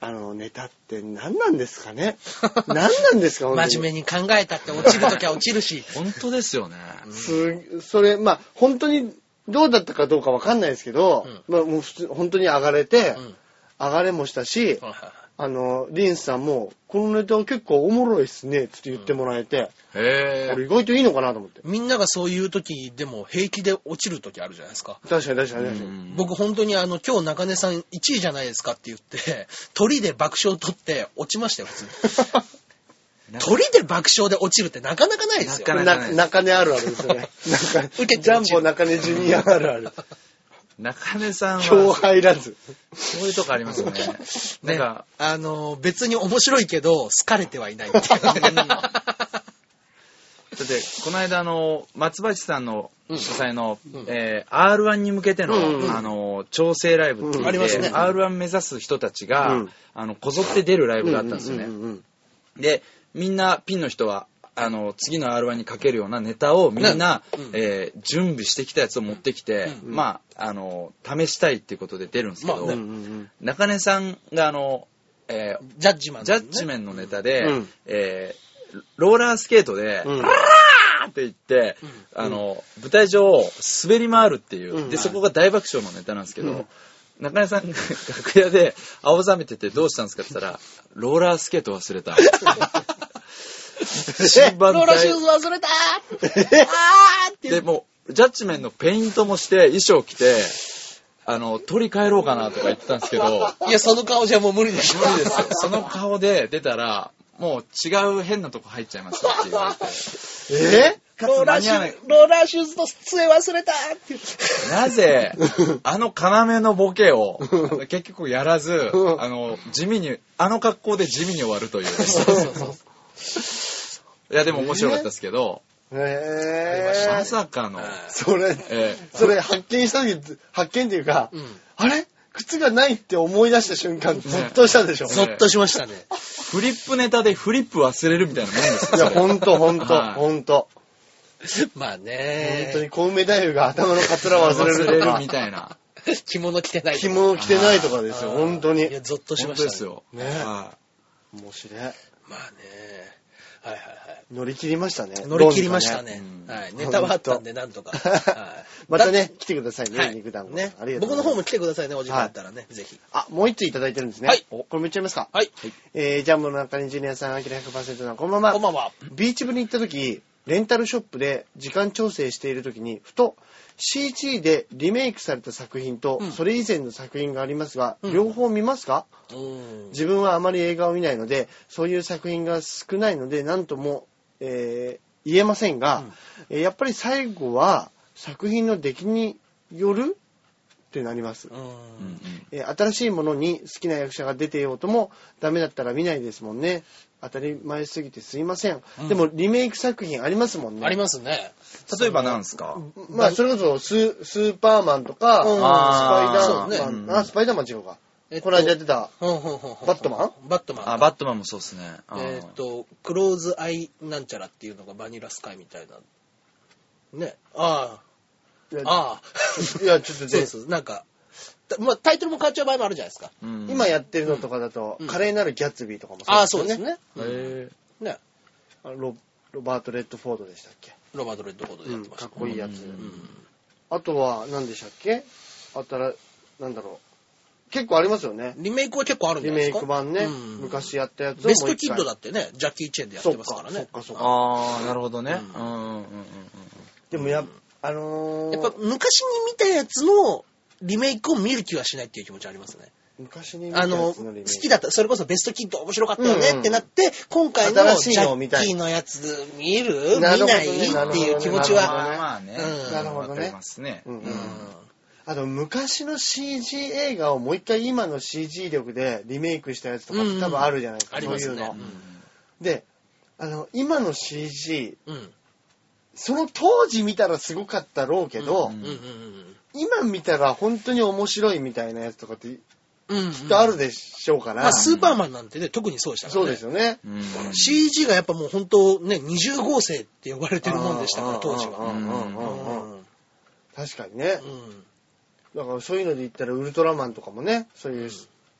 S3: あの、ネタって何なんですか ね何なんですか、本当に。
S2: 真面目に考えたって落ちるときは落ちるし。
S4: 本当ですよね。
S3: すそれ、まあ、本当にどうだったかどうかわかんないですけど、まあ、もう普通、本当に上がれて、
S2: うん
S3: 上がれもしたし、
S2: はいはいはい
S3: あの、リンさんも、このネタ結構おもろいっすね、つって言ってもらえて、
S4: へ
S3: 俺
S4: え。
S3: 意外といいのかなと思って。
S2: みんながそういう時でも平気で落ちる時あるじゃないですか。
S3: 確かに確かに確かに。
S2: 僕本当にあの、今日中根さん1位じゃないですかって言 って、鳥で爆笑取って落ちましたよ、普通に。鳥で爆笑で落ちるってなかなかないですよ。
S4: なか
S3: な中根あるあるです よね。なんか
S2: 受け
S3: ジ
S2: て
S3: ャン
S2: 落ち
S3: ボ
S2: る。
S3: 中根ジュニアあるある。
S4: 中根さんは、
S3: 今日
S4: そ
S3: 入らず。
S4: ういうとこあります よね。なんか、
S2: あの、別に面白いけど、好かれてはいないって いうね
S4: だって、この間、あの、松橋さんの主催の、
S2: ん
S4: えー R1 に向けての、
S3: うんうん
S4: あの、調整ライブっていううんの
S2: ありま
S4: で、
S2: すね
S4: R1 目指す人たちが、
S3: うん
S4: あの、こぞって出るライブがあったんですよね。
S3: うんうんうん
S4: で、みんな、ピンの人は、あの、次の R1 にかけるようなネタをみんな、えー準備してきたやつを持ってきて、まあ、あの、試したいっていうことで出るんですけど、
S2: まあ
S3: うんうんうん
S4: 中根さんが、あの、えー
S2: ジャッジマン、
S4: ジャッジメンのネタで、
S3: うん
S4: えーローラースケートで、
S3: うん
S4: パーンって言って、あの、舞台上を滑り回るっていう、
S3: うん
S4: で、そこが大爆笑のネタなんですけど、中根さんが楽屋で青ざめててどうしたんですかって言ったら、ローラースケート忘れた。新版
S2: ローラシュー
S4: 大
S2: ズ忘れた
S4: で、もう、ジャッジメンのペイントもして、衣装着て、あの、取り替えろうかなとか言ってたんですけど、
S2: ーいや、その顔じゃもう無理でしょ。
S4: 無理ですよ。その顔で出たら、もう違う変なとこ入っちゃいますよって言われて。
S3: え
S2: ローラーシューズ、ローラーシューズの杖忘れたっていう。
S4: なぜ、あの要のボケを、結局やらず、あの、地味に、あの格好で地味に終わるという。いや、でも面白かったですけど、
S3: え
S4: まさかの、
S3: それ、
S4: え
S3: それ発見した時、発見っていうか、
S2: ん
S3: あれ靴がないって思い出した瞬間、ゾッとしたでしょ。
S2: ゾッとしましたね。
S4: ーフリップネタでフリップ忘れるみたいなもんです
S3: い
S4: よ
S3: や、
S4: それ。
S3: ほんと、ほんと、
S4: はい
S3: ほんと。
S2: まあ
S3: 本
S2: ね
S3: 当に小梅太夫が頭のカツラ忘れ
S4: 忘
S3: る
S4: れ
S3: と
S4: る
S3: か
S4: み、たいな。
S2: 着物着てないとか。
S3: 着物着てないとかですよ、本当に
S2: い。や、ゾッとし
S4: 本
S2: ま
S4: 当
S2: し
S4: で
S2: た
S4: す。よ。
S3: ね
S4: は
S3: 面白い。
S2: まあね。はいはいはい。
S3: 乗り切りましたね。
S2: 乗り切りました
S3: どうに
S2: ね。
S4: ど
S2: はい。ネタはあった んで、なんとか。
S3: かね
S2: はい
S3: またね、来てくださいね、
S2: はい
S3: 肉団子。
S2: ね
S3: ありがと
S2: 僕
S3: うござ
S2: の
S3: います
S2: 方も来てくださいね、お時間あったらね、ぜひ。
S3: あ、もう一ついただいてるんですね。
S2: はい
S3: おこれも言っちゃいますか。
S2: はい。
S3: えー、ジャンボの中にジュニアさん、アキラ100%さん、こんばんは。
S2: こんばんは。
S3: ビーチ部に行った時、レンタルショップで時間調整している時に、ふと CG でリメイクされた作品と、それ以前の作品がありますが、両方見ますか、
S2: うん。
S3: 自分はあまり映画を見ないので、そういう作品が少ないので、なんとも、えー言えませんが、えーやっぱり最後は作品の出来によるってなります。
S4: い。うんうん
S3: えー新しいものに好きな役者が出てようともダメだったら見ないですもんね当たり前すぎてすいません、でもリメイク作品ありますもんね
S2: ありますね。
S4: 例えば何ですか
S3: まあそれこそススーパーマンとか、ス
S4: あー
S3: パイダーマ
S4: そう
S3: ン、
S4: ね
S3: あスパイダーマン違うか、
S2: えっと
S3: この間やってた
S2: ほんほんほんほん
S3: バットマ
S2: バットマン。
S4: あ、バットマンもそうですね。あー
S2: えーっと、クローズアイなんちゃらっていうのがバニラスカイみたいな。ね。あ
S3: いや
S2: あ。ああ。
S3: い やちょっ
S2: そ
S3: と
S2: う
S3: で
S2: です。なんか、たまあ、タイトルも変わっちゃう場合もあるじゃないですか。
S4: うん
S3: 今やってるのとかだと、
S2: うん
S3: 華麗なるギャッツビーとかも
S2: ああ、そう
S3: で
S2: ですす
S3: よ
S2: ね。
S4: へー
S2: ね。
S3: あロロバート・レッドフォードでしたっけ、
S2: ロバート・レッドフォードで
S3: う
S2: やっ
S3: ん
S2: てまし
S3: か
S2: た
S3: っ。こいいやつ、
S4: うん
S3: あとは何でしたっけあったらなんだろう結構ありますよね
S2: リメイクは結構あるんじゃ
S3: リ
S2: ないで
S3: メイ
S2: すか
S3: ク版ね、
S2: うん
S3: 昔やったやつを
S2: ベストキッドだ
S3: っ
S2: ってね、ジャッキー・チェンでやってますから
S3: そっ
S2: ね。
S3: かそっかそっか
S4: ああ、なるほどね。うんうんうんうんうん。
S3: でもやあの
S2: や
S3: ー、
S2: っぱ昔に見たやつのリメイクを見る気はしないっていう気持ちありますね。
S3: 昔に見た
S2: あ
S3: やつ
S2: の、
S3: のリメ
S2: 好
S3: イク
S2: きだった、それこそベストキッド面白かったよ
S3: うんう
S2: ね
S3: ん
S2: ってなって、今回のジ
S3: 新しい
S2: ャ
S3: のを見
S2: ッ
S3: たい
S2: キーのやつ見る見
S3: な
S2: な
S3: るほどね
S2: い
S3: なる
S2: っ
S3: ほ
S2: て
S3: どね
S2: いう気持ち
S3: なるほどね
S2: は。
S4: まあね
S2: うん。
S3: なるほどね
S4: わかりますね。
S3: うんうん
S2: うん
S3: あと昔の CG 映画をもう一回今の CG 力でリメイクしたやつとかって多分あるじゃないですか、
S2: あり
S3: そう
S2: ま
S3: い
S2: す
S3: う
S2: ね
S3: の。。であの今の CG
S2: うん。
S3: その当時見たらすごかったろうけど、
S2: うんうん
S3: 今見たら本当に面白いみたいなやつとかってき
S2: うん。うん。
S3: っとあるでしょうから、
S2: まあ、スーパーマンなんてね、特にそうでしたから
S3: そう
S2: ね。
S3: ですよね。
S4: うん
S2: CG がやっぱもう本当ね、20号生って呼ばれてるもんでしたから、当時
S3: う
S2: は。
S3: んうんう
S2: うん
S3: うんうん
S2: ん。
S3: 確かにね
S2: う。ん。
S3: だからそういうので言ったらウルトラマンとかもね、そういう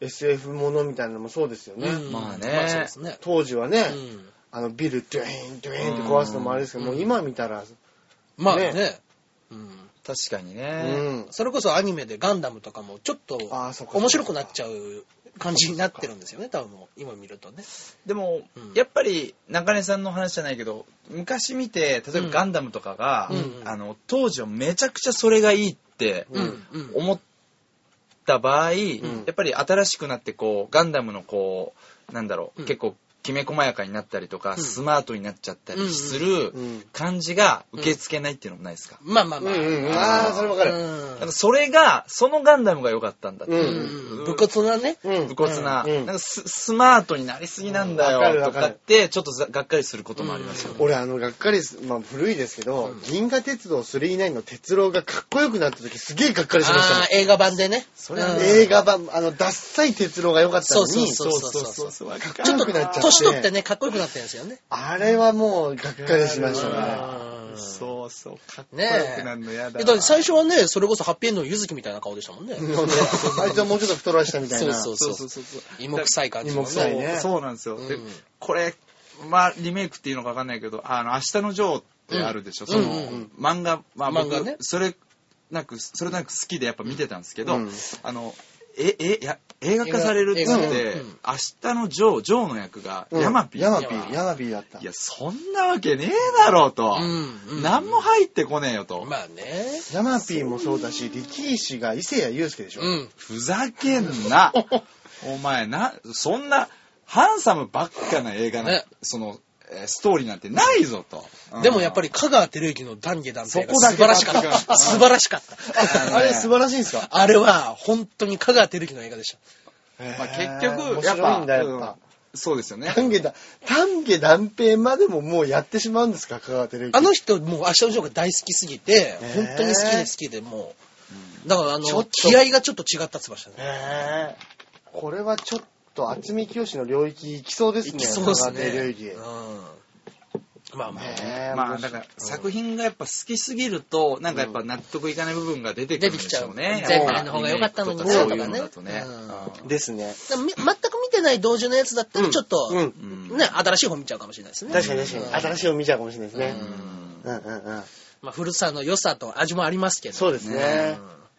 S3: SF ものみたいなのもそうですよね。
S2: うん
S4: まあね
S2: まあそうですね。
S3: 当時はね、
S2: うん
S3: あのビルドゥエンドゥエンって壊すのもあれですけど、
S2: うん
S3: もう今見たら、
S2: まあ
S3: ね
S2: ね。うん。
S4: 確かに
S3: う
S4: ね。
S3: ん。
S2: それこそアニメでガンダムとかもちょっと
S3: あーそっか
S2: 面白くなっちゃう感じになってるんですよね、多分もう今見るとね。
S4: でも、
S2: うん
S4: やっぱり中根さんの話じゃないけど昔見て例えば「ガンダム」とかが、
S2: うん
S4: あの当時はめちゃくちゃそれがいいって
S2: うんうん
S4: 思った場合、
S2: ん
S4: やっぱり新しくなってこうガンダムのこうなんだろう、
S2: うん
S4: 結構きめ細やかになったりとか、
S2: ん
S4: スマートになっちゃったりす
S3: う
S4: る
S3: ん
S4: 感じが受け付けないっていうのもないですか、
S2: まあまあまあ。
S3: うんああ、それわかる。
S4: だからそれがそのガンダムが良かったんだって、
S2: う
S3: う
S2: ん
S3: ん。
S2: うん武骨なね。
S3: うん
S4: 武骨な,、
S3: うん
S4: なんかススマートになりすぎなんだ
S3: うんわかる
S4: よ
S3: わ
S4: と
S3: か
S4: か
S3: る
S4: ってちょっとざがっかりすることもありますよね、
S3: 俺あの、がっかりす、まあ古いですけど、銀河鉄道3-9の鉄郎がかっこよくなった時すげえがっかりしました
S2: あ
S3: もん
S2: あ、映画版でね。
S3: それは
S2: うん
S3: 映画版、あの、ダッサい鉄郎が良かったのに、
S2: そうそうそうそう
S3: そうかっこ
S2: ちょ
S3: よ
S2: っと
S3: くなっちゃって。
S2: 年取ってね、かっこよくなってるんですよね。
S3: あれはもう、がっかりしましたね。
S2: うん
S4: そうそうかっこ
S2: ね
S4: よ
S2: え。
S4: くなるのやだ
S2: えだって最初はね、それこそハッピーエンドのゆずきみたいな顔でしたもんね。
S3: そうねあいつはもうちょっと太らしたみたい
S2: そう
S3: な。
S2: そう
S4: そう
S2: そ
S4: そう
S2: う。
S4: そうそう
S2: 芋臭い感じの
S3: 芋臭いね
S4: そうそうなんですよ、で
S2: うん
S4: これまあリメイクっていうのかわかんないけど「あの明日のジョー」ってあるでしょ、その、
S2: うんうんうん
S4: 漫画まあ
S2: 漫
S4: 僕
S2: 画ね
S4: それなくそれなく好きでやっぱ見てたんですけど、
S3: うん
S4: あのええいや映画化されるっつって、
S2: 映画映画ねうん
S4: 明日のジョージョーの役が
S3: うん。
S4: ヤマピー、
S3: ヤマピー、ヤマピーだった
S4: い。やそんなわけねえだろうと、
S2: うんうん
S4: 何も入ってこねえよと、
S2: まあね。
S3: ヤマピーもそうだし、力士が伊勢谷友介でしょ。
S2: うん。
S4: ふざけんなお前なそんなハンサムばっかな映画な、
S2: ね
S4: そのえーストーリーなんてないぞと、
S2: でもやっぱ
S4: り
S2: り香川照之の丹下断平が
S4: そこだ
S2: 素
S4: け
S2: 晴
S4: だ
S2: ら
S4: っ
S2: したかった。素晴らしかった。
S3: あれ素晴らしいんですか
S2: あれは本当に香川照之の映画でした。
S4: まあ、結局、
S3: 面
S4: やっ
S3: 白
S4: ぱ
S3: いんだ、や
S4: う
S3: っ
S4: ん
S3: ぱ。
S4: そうですよね。
S3: 丹下だ、丹下断平までももうやってしまうんですか香川照之。
S2: あの人、もう明日のジョーが大好きすぎて、
S3: え
S2: 本当に好きで好きで、もう。だから、あ
S3: ちょっ
S2: の、
S3: と
S2: 気合がちょっと違ったっつってましたね。
S3: へえこれはちょっと渥美清の領域行きそうですね。
S2: いきそうです
S3: 香川照
S2: ね。
S3: 之
S2: うん。まあまあ。
S3: ねえ
S4: ま
S3: 面
S4: あ、だ
S3: 白い
S4: から、作品がやっぱ好きすぎると、なんかやっぱ納得いかない部分が出てくるんでしょうね。
S2: 出てき
S3: ちゃう
S4: や
S3: 前
S4: ぱ
S3: 回
S2: の方が良かったのにな
S4: そういうのだとね。
S2: とかね
S4: うん
S3: ですね。
S2: でもみ全く見てない同時のやつだったら、ちょっと、
S3: うん
S4: うん
S2: ね、新しい方見ちゃうかもしれないですね。
S3: 確かに確かに。
S2: うん
S3: 新しいを見ちゃうかもしれないですね。
S4: うん
S3: うんうんうん。
S2: まあ、古さの良さと味もありますけど。
S3: そうですね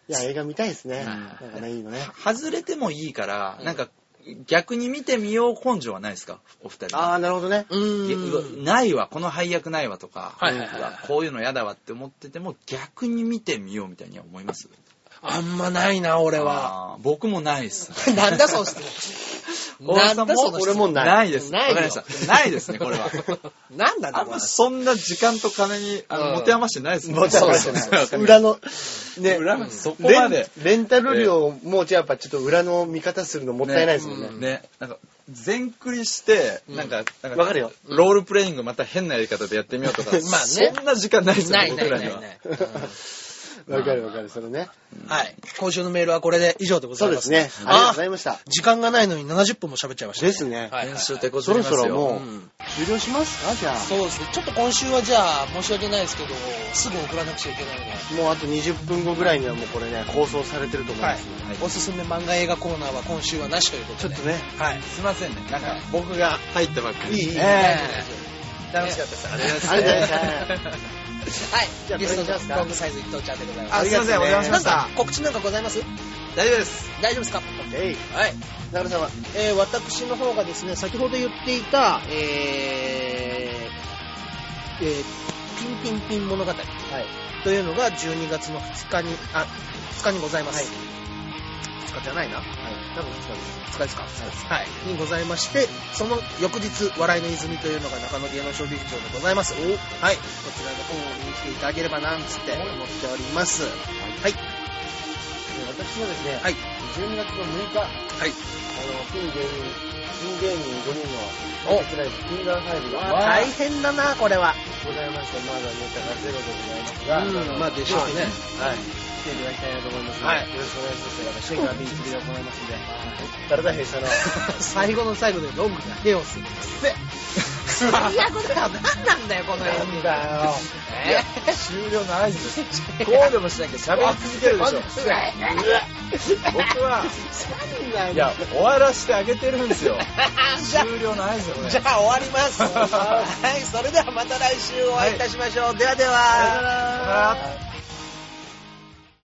S2: うん。
S3: いや、映画見たいですね。
S4: ん
S3: なんかね、いいのね。
S4: 外れてもいいから、なんか、逆に見てみよう根性はないですかお二人。
S3: ああ、なるほどね。
S2: う
S4: いやうわ
S2: ーん。
S4: ないわ、この配役ないわとか、
S2: はいはいはいう
S4: わこういうのやだわって思ってても、逆に見てみようみたいには思います
S2: あんまないな、俺は。
S4: あー僕もないっす ね。
S2: なんだ そうして。なんだその質問
S3: 俺もない
S4: ないです。わ
S2: な
S4: か
S2: いよ
S4: りました。ないですね、こ れは。
S2: なんだ
S4: あ
S2: なんこれ
S4: ま。そんな時間と金に、
S2: う
S4: あ
S2: ん
S4: の、持て余してないですね。
S3: 持ち合わせて
S4: そうそう
S3: な
S4: そ
S3: いう裏の、
S4: ね、
S3: ね、
S4: 裏までそこ
S3: レ
S4: ま
S3: ン
S4: で。
S3: レンタル料もうじゃあやっぱちょっと裏の見方するのもったいないですもんね。
S4: ね、なんか、全クリして、なんか、なん
S3: わかるよ。
S4: ロールプレイングまた変なやり方でやってみようとか、
S2: まあね
S4: そんな時間ないですよ
S2: な
S4: ね、
S2: いな
S4: 僕
S2: いな
S4: ら
S2: いな
S4: に
S2: い
S4: は。
S2: ない。
S3: わかるわかる、それね。
S2: はい。今週のメールはこれで以上でござ
S3: そう
S2: い
S3: で
S2: ます。
S3: すね。ありがとうございました
S2: あ。時間がないのに70分も喋っちゃいました、
S3: ですね
S2: はいはいはい
S4: 練習ってこと
S3: そろそろ
S2: う
S3: もう
S2: ん、
S3: 終了しますかじゃ
S2: そうですね。ちょっと今週はじゃあ、申し訳ないですけど、すぐ送らなくちゃいけないので。
S3: あ。もうあと20分後ぐらいにはもうこれね、放送されてると思います。
S2: おすすめ漫画映画コーナーは今週はなしということ
S3: ちょ
S2: で。
S3: っとね、
S2: はい。
S4: すいませんね、なんか、僕が入ったばっかり。
S3: いい、いい。
S2: えー
S4: 楽しかったです。ありがとうご
S3: あり
S4: ざい
S3: が
S4: ま
S3: とうございま
S4: した。
S2: はい。ゲスト
S3: じゃあこれにします
S2: の
S3: か
S2: ロングサイズ伊藤ちゃんでございます。
S4: あ、すいません、お邪魔しまし
S2: な
S4: た
S2: ん。か告知なんかございます
S4: 大丈夫です。
S2: 大丈夫ですか
S3: えい。
S2: はい。
S3: 中野さんは、
S5: えー私の方がですね、先ほど言っていた、えーえーピンピンピン物語というのが12月の2日に、あ、2日にございます。2日じゃないな。はい。多分2日です。2日ですか。はい。にございまして、その翌日、笑いの泉というのが中野芸能小劇場でございます。はい。こちらの方を見に来ていただければなんつって思っております。はい。
S3: えー私はですね、
S5: はい。
S3: 12月の6日、
S5: は
S3: あ
S5: い。
S3: の、ピン芸人、ピン芸人5人の、お、ライブ、ピンガー5が、
S5: 大変だな、これは。
S3: ございまして、まだネタがゼロでございますが、
S5: うん、まあでしょうね。
S3: はい。来ていただきたいなと思いますので、よろしくお願いします。また、シェイクアビーチで行いますんで、誰だ、弊社の。
S5: 最後の最後でロングがヘオス。 最悪だよ。何なんだよ、このエンディング。
S3: だよ。
S5: え
S4: 終了の合図です。こうでもしなきゃ喋り続けるでしょ。僕 は、いや、終わらせてあげてるん ですよ。終了の合図
S5: ー
S4: よ
S5: じゃ
S4: ね。
S5: あ終わり ます。はい、それではまた来週お会いいたしましょう。ではでは。
S4: さよなら